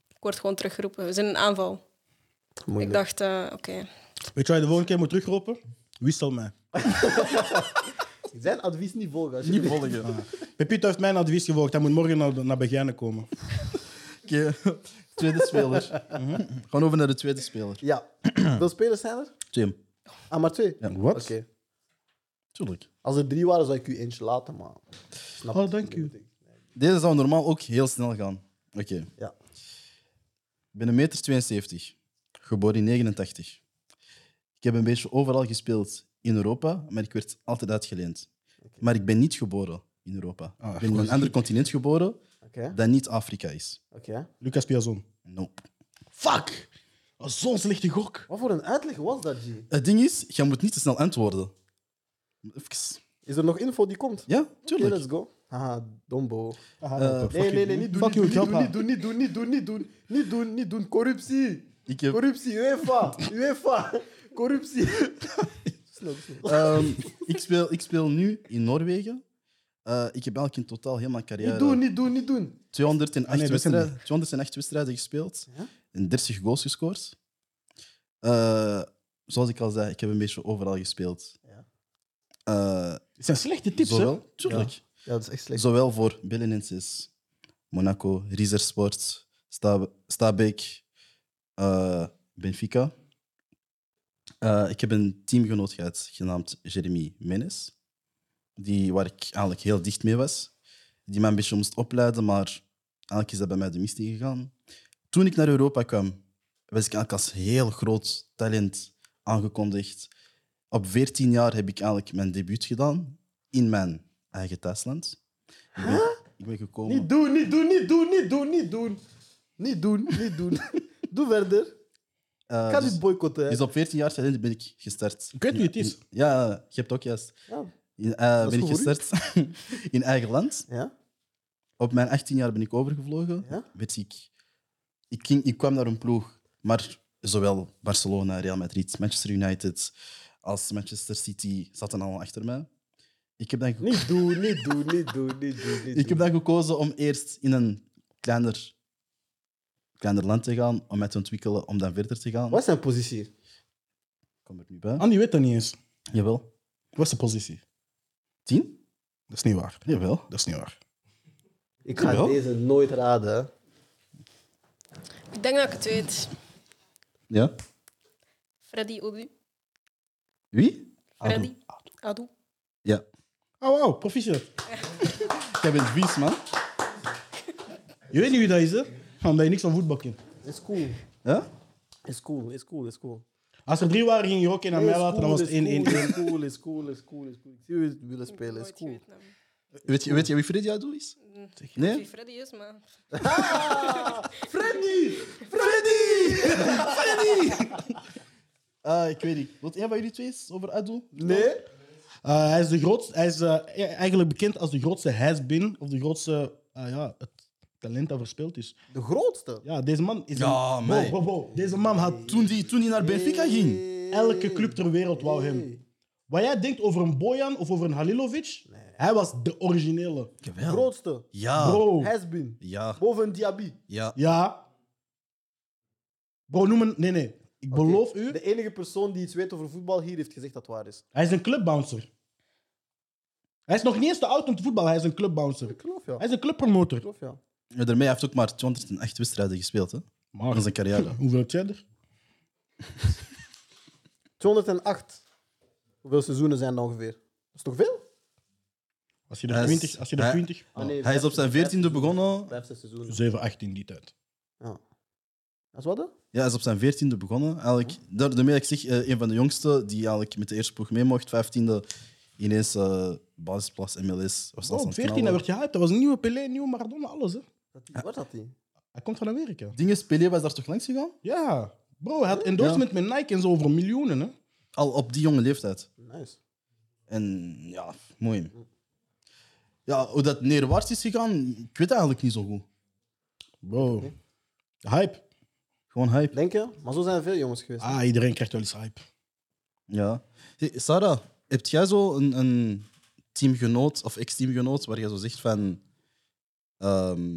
Ik word gewoon teruggeroepen. We zijn in aanval. Ik
Moeilijk.
dacht, eh, oké.
Weet je waar je de volgende keer moet terugroepen? Wissel mij.
Zijn advies niet volgen. als je-
Niet volgen. Ah,
Pepito heeft mijn advies gevolgd. Hij moet morgen naar, naar Begijnen komen.
Oké, tweede speler. Gewoon over naar de tweede speler.
Ja. Hoeveel spelers zijn er?
Tim,
Ah, maar twee?
Ja.
Oké.
Wat?
tuurlijk.
Als er drie waren, zou ik u eentje laten, maar... Snap
Oh,
het.
dank u.
Deze zou normaal ook heel snel gaan. Oké.
Ja.
Ik ben een meter 72, geboren in 89. Ik heb een beetje overal gespeeld in Europa, maar ik werd altijd uitgeleend. Maar ik ben niet geboren in Europa.
Ah,
ik ben op een
goed.
ander continent geboren
Oké,
dat niet Afrika is.
oké.
Lucas Piazon.
Nope.
Fuck! Dat is Zo'n slechte gok.
Wat voor een uitleg was dat, G?
Het ding is, je moet niet te snel antwoorden. Even.
Is er nog info die komt?
Ja,
Oké,
tuurlijk.
let's go. Haha, dombo.
Eh,
Nee, nee, nee, niet doen,
Fuck
niet doen,
you,
niet doen,
Japa.
niet doen, niet doen, niet doen, niet doen, niet doen, niet doen. Corruptie.
Ik heb,
Corruptie, UEFA, UEFA. Corruptie. Snel, snel.
ehm, ik, speel, ik speel nu in Noorwegen. Eh, ik heb eigenlijk in totaal heel mijn carrière
Niet doen, niet doen, niet doen.
208,
Ah, nee, dat is hem
wedstrijden, 208 wedstrijden gespeeld
Ja?
en 30 goals gescoord. Eh, zoals ik al zei, ik heb een beetje overal gespeeld.
Ja.
Eh,
Het zijn slechte tips, hè?
zowel, tuurlijk,
Ja, dat is echt slecht.
zowel voor Belenenses, Monaco, Rizersport, Sta- Stabek, eh, Benfica. Eh, ik heb een teamgenoot gehad genaamd Jeremy Menes, die, waar ik eigenlijk heel dicht mee was. Die mij een beetje moest opleiden, maar eigenlijk is dat bij mij de mist ingegaan. Toen ik naar Europa kwam, was ik eigenlijk als heel groot talent aangekondigd. Op 14 jaar heb ik eigenlijk mijn debuut gedaan in mijn eigen thuisland. Ik ben, ik ben gekomen.
Niet doen, niet doen, niet doen, niet doen, niet doen. Niet doen, niet doen. Doe verder.
eh,
Ik ga
dus-
dit boycotten. hè.
Dus op 14 jaar geleden ben ik gestart.
Ik weet wie het is.
In- Ja, je hebt ook juist.
Ja.
In, eh,
is
ben ik
goed voor u.
gestart in eigen land.
Ja?
Op mijn 18 jaar ben ik overgevlogen.
Ja?
Weet ik, ik, ging, ik kwam naar een ploeg, maar zowel Barcelona, Real Madrid, Manchester United als Manchester City zaten allemaal achter mij. Ik heb dan, ge-
Niet doen, niet doen, niet doen, niet doen. Niet
ik heb
doen.
dan gekozen om eerst in een kleiner, kleiner land te gaan, om mij te ontwikkelen, om dan verder te gaan.
Wat is zijn positie?
Ik kom er nu bij.
Andy weet dat niet eens.
Jawel.
Wat is de positie?
Tien?
Dat is niet waar.
Jawel.
Dat is niet waar.
Ik ga
Jawel.
deze nooit raden. hè.
Ik denk dat ik het weet.
Ja.
Freddy Odu.
Wie?
Freddy. Adu.
Ja.
Oh, wow, proficiat.
Jij bent vies, man.
Je weet niet wie dat is, hè? Omdat je niks van voetbal kent.
Is cool.
Ja?
Is cool, is cool, is cool.
Als er drie waren, ging je ook één aan mij laten. Dan was het 1-1.
Is cool, is cool, is cool, is cool. Ik zie hoe jullie willen spelen, is
Nooit
cool.
geweten, hè.
Weet je, weet je wie Freddy Adu is?
Weet
Nee?
wie Freddy is, maar...
Freddy!
Ah, ik weet niet. Wat een van jullie twee is over Adu?
Nee?
Eh, hij is, de grootste, hij is eh, e- eigenlijk bekend als de grootste has-been. Of de grootste... ah ja, het talent dat verspeeld is.
De grootste?
Ja, deze man is...
Ja,
een,
mei.
wow, wow, wow. Deze man had toen
Toen die, toen die naar Benfica ging.
elke club ter wereld wou hem. Wat jij denkt over een Bojan of over een Halilovic, hij was de originele.
Jawel.
Grootste.
Ja.
Bro.
Has been.
Ja.
Boven Diaby.
Ja.
Ja. Bro, noem een... Nee, nee. Ik beloof u,
De enige persoon die iets weet over voetbal hier heeft gezegd dat waar is.
hij is een clubbouncer. Hij is nog niet eens te oud om te voetballen, hij is een clubbouncer.
Ik geloof ja.
Hij
Ik
is een clubpromotor.
geloof ja.
Ja, daarmee heeft hij ook maar 208 wedstrijden gespeeld hè, in
Maar,
zijn carrière.
hoeveel heb jij er?
208. Hoeveel seizoenen zijn dat ongeveer? Dat is toch veel?
Als je er
Hij is-
20... Als je er
hij-
20...
Ah, nee,
Hij is op zijn
vijf
14e begonnen.
Vijf, zes seizoenen.
7, 18 Dus die tijd.
Ja. Dat is wat, hè?
Ja, hij is op zijn 14e begonnen. Eigenlijk, daar- daarmee dat ik zeg, eh, een van de jongste die eigenlijk met de eerste ploeg mee mocht, 15e, ineens eh, basisplas MLS. Was dat aan
Oh, op
het
14
knallen.
werd je hyped. Dat was een nieuwe Pelé, een nieuwe Maradona, alles. Hè.
Dat die, Wat is dat die?
Hij komt van Amerika.
Dinges, Pelé was daar toch langs gegaan?
Ja. Bro, hij had endorsement met Nike en zo voor miljoenen. Hè.
Al op die jonge leeftijd.
Nice.
En ja, mooi. Ja, hoe dat neerwaarts is gegaan, ik weet eigenlijk niet zo goed.
Bro. Hype.
Gewoon hype.
Denk je? Maar zo zijn er veel jongens geweest.
Ah, iedereen krijgt wel eens hype.
Ja. Hey, Sarah, heb jij zo een, een teamgenoot of ex-teamgenoot waar je zo zegt van. ehm,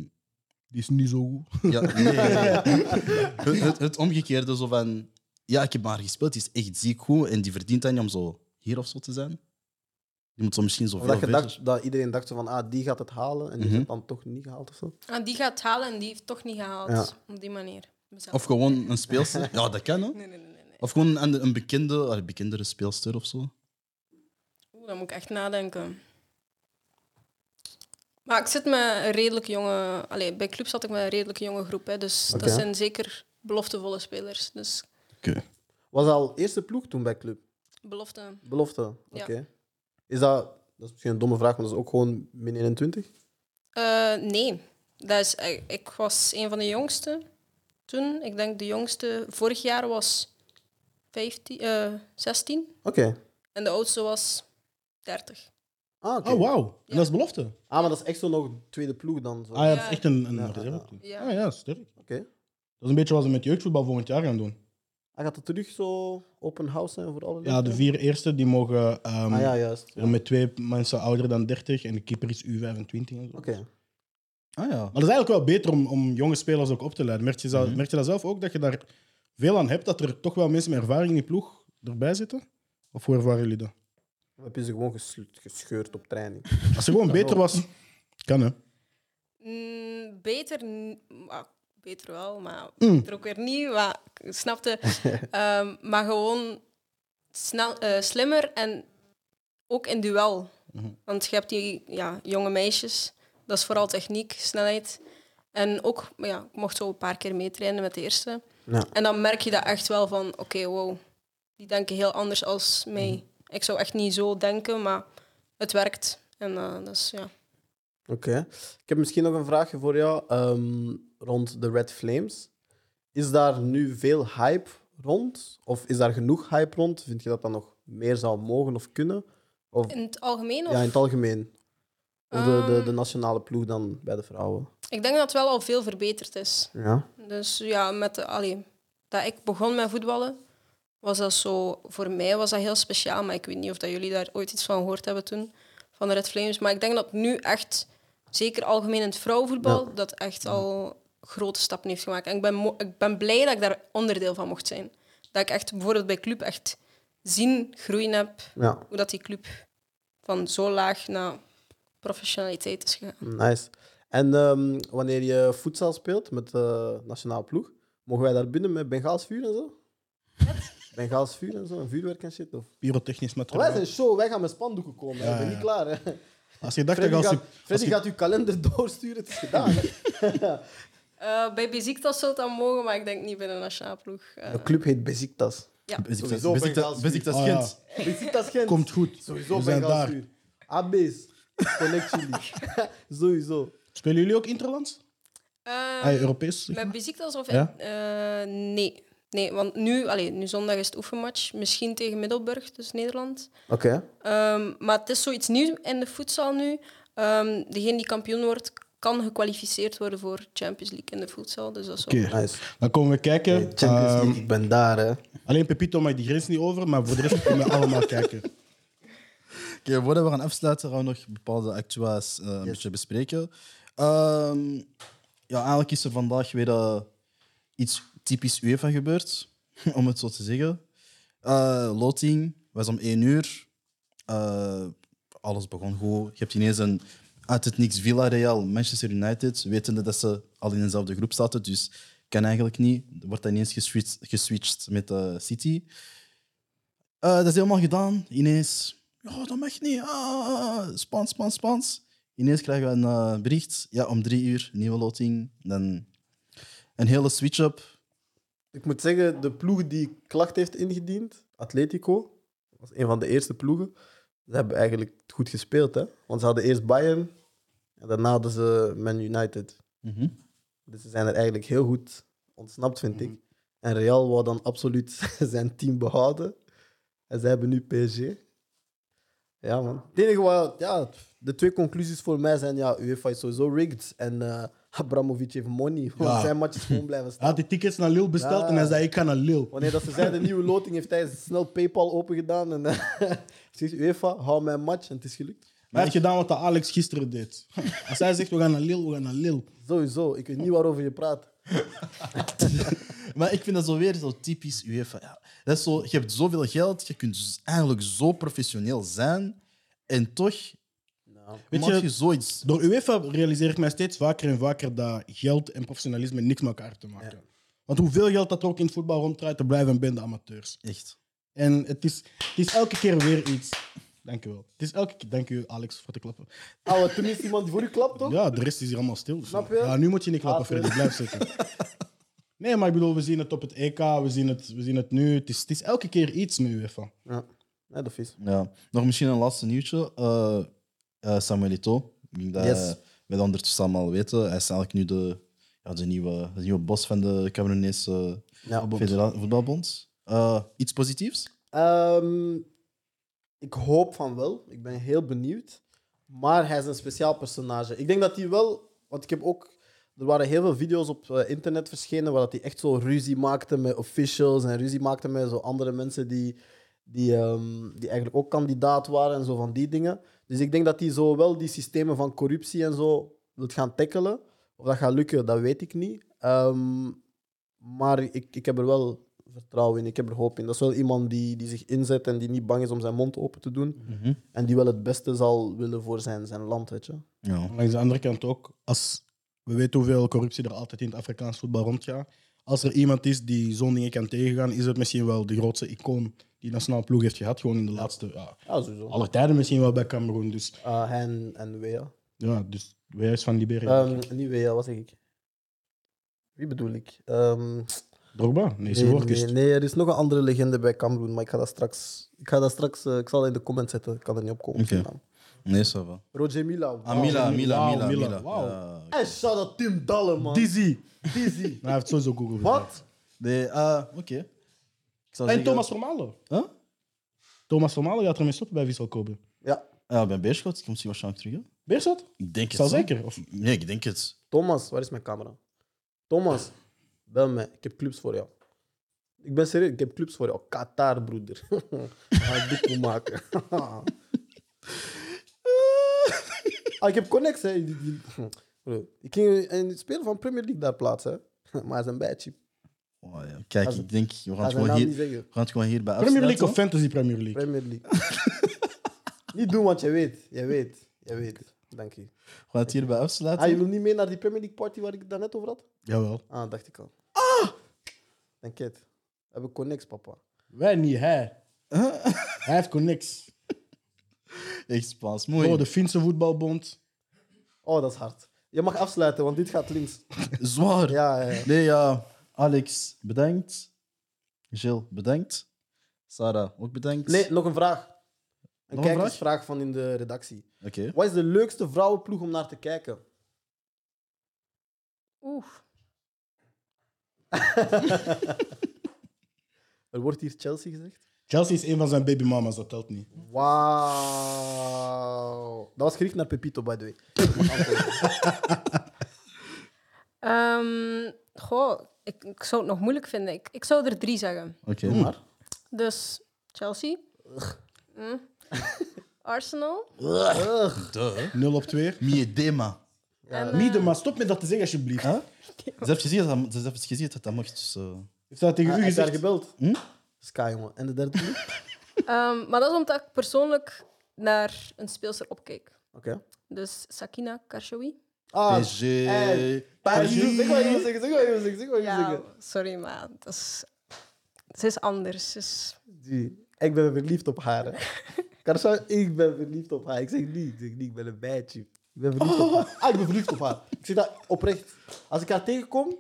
Die is niet zo goed.
ja, nee, nee, nee. Het, het, het omgekeerde, zo van. Ja, ik heb maar gespeeld, die is echt ziek goed en die verdient dan niet om zo hier of zo te zijn. Die moet zo misschien zo
Of
veel
dat, je
verder-
dacht, dat iedereen dacht zo van, ah, die gaat het halen. En die
Mhm.
heeft het dan toch niet gehaald of zo.
Ah, die gaat het halen en die heeft toch niet gehaald.
Ja.
Op die manier. Mezelf.
Of gewoon een speelster. Ja, dat kan, hè.
Nee, nee, nee. nee, nee.
Of gewoon een, ander- een bekende, een bekendere speelster of zo.
Oeh, dan moet ik echt nadenken. Maar ik zit met een redelijk jonge... Allee, bij club zat ik met een redelijk jonge groep. Hè, dus
Oké.
dat zijn zeker beloftevolle spelers. Dus
Was al eerste ploeg toen bij club?
belofte...
Belofte? Oké.
Ja.
Is dat... Dat is misschien een domme vraag, maar dat is ook gewoon min 21?
Eh, nee. Dat is, ik, ik was een van de jongste toen. Ik denk de jongste vorig jaar was 15, eh, 16
Oké.
en de oudste was 30.
Ah, oké.
Oh, wauw. En dat is belofte.
ah, maar dat is echt zo nog tweede ploeg dan. Zo.
Ah, ja, dat
Ja.
is echt een, een
Ja,
reserve
ja.
toen.
Ja.
Ah ja, sterk. Dat
Oké.
is een beetje wat ze met jeugdvoetbal volgend jaar gaan doen.
Hij gaat het terug zo open house zijn voor alle
Ja, de
leeftijden?
vier eerste die mogen ehm,
Ah ja, juist. Ja.
er met twee mensen ouder dan 30 en de keeper is U25 en zo.
Oké.
Ah ja.
Maar het is eigenlijk wel beter om, om jonge spelers ook op te leiden. Merk je, zelf,
Mhm.
merk je dat zelf ook, dat je daar veel aan hebt, dat er toch wel mensen met ervaring in die ploeg erbij zitten? Of hoe ervaren jullie dat?
Dan heb je ze gewoon ges- gescheurd op training.
Als ze gewoon beter
ook.
was, kan hè.
Mm, beter, n- ah, beter wel, maar
Mm.
beter ook weer niet. Maar, ik snapte. Ehm, maar gewoon snel, eh, slimmer en ook in duel.
Mhm.
Want je hebt die ja, jonge meisjes, dat is vooral techniek, snelheid. En ook, maar ja, ik mocht zo een paar keer meetrainen met de eerste.
Ja.
En dan merk je dat echt wel van, oké, wow, die denken heel anders als mij.
Mhm.
Ik zou echt niet zo denken, maar het werkt. En eh, dat is, ja.
Oké. Ik heb misschien nog een vraagje voor jou ehm, rond de Red Flames. Is daar nu veel hype rond? Of is daar genoeg hype rond? Vind je dat dat nog meer zou mogen of kunnen? Of,
In het algemeen? Of?
ja, in het algemeen. Of de, de,
Ehm.
de nationale ploeg dan bij de vrouwen.
Ik denk dat het wel al veel verbeterd is.
Ja.
Dus ja, met de, allee, dat ik begon met voetballen, was dat zo... Voor mij was dat heel speciaal, maar ik weet niet of dat jullie daar ooit iets van gehoord hebben toen, van de Red Flames. Maar ik denk dat nu echt, zeker algemeen in het vrouwenvoetbal, dat echt al grote stappen heeft gemaakt. En ik ben, mo- ik ben blij dat ik daar onderdeel van mocht zijn. Dat ik echt bijvoorbeeld bij club echt zien groeien heb,
ja.
hoe dat die club van zo laag naar professionaliteit is gegaan.
Nice. En ehm, wanneer je voetbal speelt met de nationale ploeg, mogen wij daar binnen met Bengaals vuur en zo? Wat? Bengaals vuur en zo, en vuurwerk en shit? Of?
Pyrotechnisch
Maar wij
materiaal.
zijn show, wij gaan met spandoeken komen. hè. Ik ben niet klaar. Hè.
Als je dacht
Freddy,
dat je als
gaat,
je... als
Freddy
je-
gaat uw kalender doorsturen, het is gedaan. hè.
Eh, bij Beziktas zou het dan mogen, maar ik denk niet binnen de nationale ploeg. Eh,
De club heet Beziktas.
ja.
Beziktas
Sowieso
Beziktas-
Bengaals
Beziktas
vuur.
Gent.
Ah,
Beziktas Gent.
Komt goed.
Sowieso
We zijn
Bengaals
daar.
vuur. AB's. Connect jullie. Sowieso.
Spelen jullie ook Interlands?
Eh,
Ah, Europees? zeg
met
maar.
Beziktas of...
Ja?
eh, nee. nee, want nu, allee, nu zondag is het oefenmatch. Misschien tegen Middelburg, dus Nederland.
Oké.
Ehm, maar het is zoiets nieuws in de futsal nu. Ehm, degene die kampioen wordt, kan gekwalificeerd worden voor Champions League in de futsal. Dus dat is wel-
Oké.
Nice.
Dan komen we kijken.
Hey, Champions
Eh, Ehm,
League, ik ben daar. Hè.
alleen Pepito maakt die grens niet over, maar voor de rest kunnen we allemaal kijken.
Oké, voordat we gaan afsluiten, gaan we nog bepaalde actua's eh, een beetje bespreken. Ehm, ja, eigenlijk is er vandaag weer eh, iets typisch UEFA gebeurd, om het zo te zeggen. Eh, loting was om één uur. Eh, alles begon goed. Je hebt ineens een uit het niks Villarreal, Manchester United, wetende dat ze al in dezelfde groep zaten, dus kan eigenlijk niet. Er Wordt dan ineens geswitcht, geswitcht met eh, City. Eh, dat is helemaal gedaan. Ineens, ja, dat mag niet. Ah, ah, ah. Spans, spans, spans. Ineens krijgen we een eh, bericht. Ja, om drie uur, nieuwe loting. Dan een hele switch-up.
Ik moet zeggen, de ploeg die klacht heeft ingediend, Atletico, was een van de eerste ploegen. Ze hebben eigenlijk goed gespeeld, hè? Want ze hadden eerst Bayern en daarna hadden ze Man United.
Mhm.
Dus ze zijn er eigenlijk heel goed ontsnapt, vind ik. En Real wou dan absoluut zijn team behouden. En ze hebben nu PSG. Ja, man. Het enige wat... Ja, de twee conclusies voor mij zijn... Ja, UEFA is sowieso rigged. En eh Abramovic heeft money. Want
Ja.
zijn matches gewoon blijven
Hij
staan.
had die tickets naar Lille besteld en
Ah.
hij zei: Ik ga naar Lille.
Wanneer dat ze zei, de nieuwe loting heeft hij snel Paypal opengedaan. En eh, precies, UEFA, hou mijn match. En het is gelukt.
Maar hij heeft gedaan wat dat Alex gisteren deed. Als hij zegt: We gaan naar Lille, we gaan naar Lille.
Sowieso, ik weet niet waarover je praat.
Maar ik vind dat zo weer zo typisch UEFA. Ja, dat is zo, je hebt zoveel geld, je kunt z- eigenlijk zo professioneel zijn. En toch
Weet
maak je,
je-
zoiets.
Door UEFA realiseer ik mij steeds vaker en vaker dat geld en professionalisme niks met elkaar te maken. Want hoeveel geld dat er ook in het voetbal ronddraait, er blijven een bende amateurs.
Echt.
En het is, het is elke keer weer iets. Dank je wel. Het is elke keer... Dank je, Alex, voor de klappen.
Ah, wat, tenminste iemand die voor u klapt, toch?
Ja, de rest is hier allemaal stil. dus-
Snap je?
Ja, nu moet je niet klappen,
Ah, oké.
Freddy. Blijf zitten. Nee, maar ik bedoel, we zien het op het EK, we zien het, we zien het nu. Het is, het is elke keer iets met UEFA.
Ja, nee, dat is.
Ja. Nog misschien een laatste nieuwtje. Eh eh, Samuel Eto'o. Ik denk dat
Yes.
wij dat ondertussen allemaal weten. Hij is eigenlijk nu de, ja, de, nieuwe, de nieuwe bos van de Cameroonese
Ja.
Federa- Voetbalbond. Eh, iets positiefs?
Ehm, ik hoop van wel. Ik ben heel benieuwd. Maar hij is een speciaal personage. Ik denk dat hij wel... Want ik heb ook... Er waren heel veel video's op eh, internet verschenen waar dat hij echt zo ruzie maakte met officials en ruzie maakte met zo andere mensen die, die, ehm, die eigenlijk ook kandidaat waren en zo van die dingen. Dus ik denk dat hij zo wel die systemen van corruptie en zo wilt gaan tackelen. Of dat gaat lukken, dat weet ik niet. Ehm, maar ik, ik heb er wel vertrouwen in, ik heb er hoop in. Dat is wel iemand die, die zich inzet en die niet bang is om zijn mond open te doen. En die wel het beste zal willen voor zijn, zijn land, weet je.
Ja.
Langs de andere kant ook, als we weten hoeveel corruptie er altijd in het Afrikaans voetbal rondgaat. Als er iemand is die zo'n dingen kan tegengaan, is het misschien wel de grootste icoon die de nationale ploeg heeft gehad. Gewoon in de laatste, ja,
Ja, sowieso.
aller tijden misschien wel bij Cameroen. Dus
Eh, hij en, en Wea.
ja, dus wij is van Liberia.
Ehm, niet Wea, wat zeg ik? Wie bedoel ik? Ehm,
Drogba? Nee, ze
nee,
wordt
nee, nee, er is nog een andere legende bij Cameroen, maar ik ga dat straks... Ik, ga dat straks, eh, ik zal dat in de comments zetten, ik kan er niet op komen. op zijn
Oké.
naam.
Nee, ça va.
Roger Mila.
Ah, Mila, Mila,
Wauw,
Mila,
Mila.
Mila.
Wauw.
Ja.
Hey, shout out Tim Dallen, man.
Dizzy.
Dizzy.
Hij heeft sowieso Google gedaan.
Wat?
Nee, ah, oké. Ik zou
En
zeggen-
Thomas Romalo.
Huh?
Thomas Romalo gaat ermee stoppen bij Wissel Kobe.
Ja,
Ah, bij Beerschot komt hij waarschijnlijk terug. hè?
Beerschot?
Ik denk het.
Zal
hè?
zeker? Of...
Nee, ik denk het.
Thomas, waar is mijn camera? Thomas, bel me. Ik heb clubs voor jou. Ik ben serieus, ik heb clubs voor jou. Qatar, broeder. Ga ik dit voor maken. ah, ik heb connects, hè. Die- die- Bro, Ik ging een speler van Premier League daar plaatsen. hè. Maar hij is een beetje cheap.
Oh, ja. Kijk,
Als-
ik denk, we gaan,
Ga
het
zijn
gewoon
naam
hier,
niet zeggen.
we gaan het gewoon hierbij
Premier League
afsluiten.
of Fantasy Premier League?
Premier League. niet doen, want je weet. Je weet. Je weet. Dank je.
We gaan het hierbij afsluiten.
Ah, je wil niet mee naar die Premier League party waar ik het daarnet over had?
Jawel.
Ah, dacht ik al. Ah! Denk het. We hebben connects, papa.
Wij niet, hij. hij heeft niks.
Echt Spaans, mooi.
Oh, de Finse voetbalbond.
Oh, dat is hard. Je mag afsluiten, want dit gaat links.
Zwaar.
Ja, ja, ja.
Nee, ja. Alex, bedankt. Jill, bedankt. Sarah, ook bedankt.
Nee, nog een vraag. Een
Nog een
kijkersvraag van in de redactie.
Oké.
Wat is de leukste vrouwenploeg om naar te kijken?
Oeh,
Er wordt hier Chelsea gezegd.
Chelsea is een van zijn babymama's, dat telt niet.
Wauw. Dat was gericht naar Pepito, by the way.
Ehm, goh, ik, ik zou het nog moeilijk vinden. Ik, ik zou er drie zeggen.
Oké.
Maar.
Dus Chelsea. Mm. Arsenal.
Ugh.
0 op 2.
Miedema.
En, eh,
Mieden, maar stop met dat te zeggen, alsjeblieft.
Huh? Ze heeft gezien dat dat- ze heeft gezien dat dat mocht. Dus, eh,
Heeft ze dat tegen
Ah,
u
heb je daar
gezegd?
gebeld?
Hm?
Sky, jongen. En de derde niet?
ehm, maar dat is omdat ik persoonlijk naar een speelster opkeek.
Oké.
Dus Sakina Karshoui.
Ah,
PSG.
eh, Paris. Zeg wat je wil zeggen, zeg wat je wil zeggen, zeg wat je wil zeggen.
sorry, maar dat is... Ze is anders. Ze is-
Die- Ik ben verliefd op haar. hè. Karsa, ik ben verliefd op haar. Ik zeg niet, ik zeg niet, ik ben een meidje. Ik ben verliefd op haar. Ah, ik ben verliefd op haar. Ik zeg dat oprecht. Als ik haar tegenkom,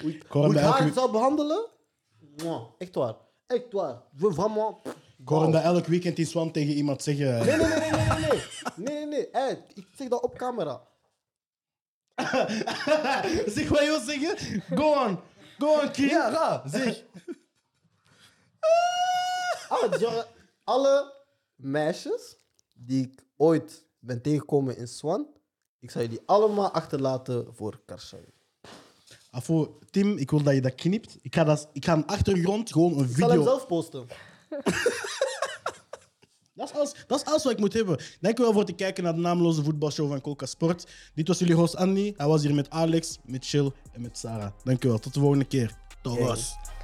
hoe ik,
Gewoon
hoe ik
bij
haar
elke-
zal behandelen, mwah, echt waar. Echt waar. Vraiment.
Ik hoor hem dat elk weekend in Zwam tegen iemand zeggen.
Nee, nee, nee, nee, nee, nee. Nee, nee, nee. Hey, ik zeg dat op camera.
zeg wat je wil zeggen. Go on. Go on, kid.
Ja, ga.
zeg.
Alle, genre- alle meisjes die ik ooit ben tegengekomen in Swan, ik zal jullie allemaal achterlaten voor Karsa.
Afo, Tim, ik wil dat je dat knipt. Ik ga, dat, ik ga een achtergrond gewoon een
Ik zal hem
video...
zelf posten.
Dat is, alles, dat is alles wat ik moet hebben. Dank u wel voor het kijken naar de naamloze voetbalshow van Colca Sport. Dit was jullie host Andy. Hij was hier met Alex, met Chill en met Sarah. Dank u wel. Tot de volgende keer. Tot
Yes.
was.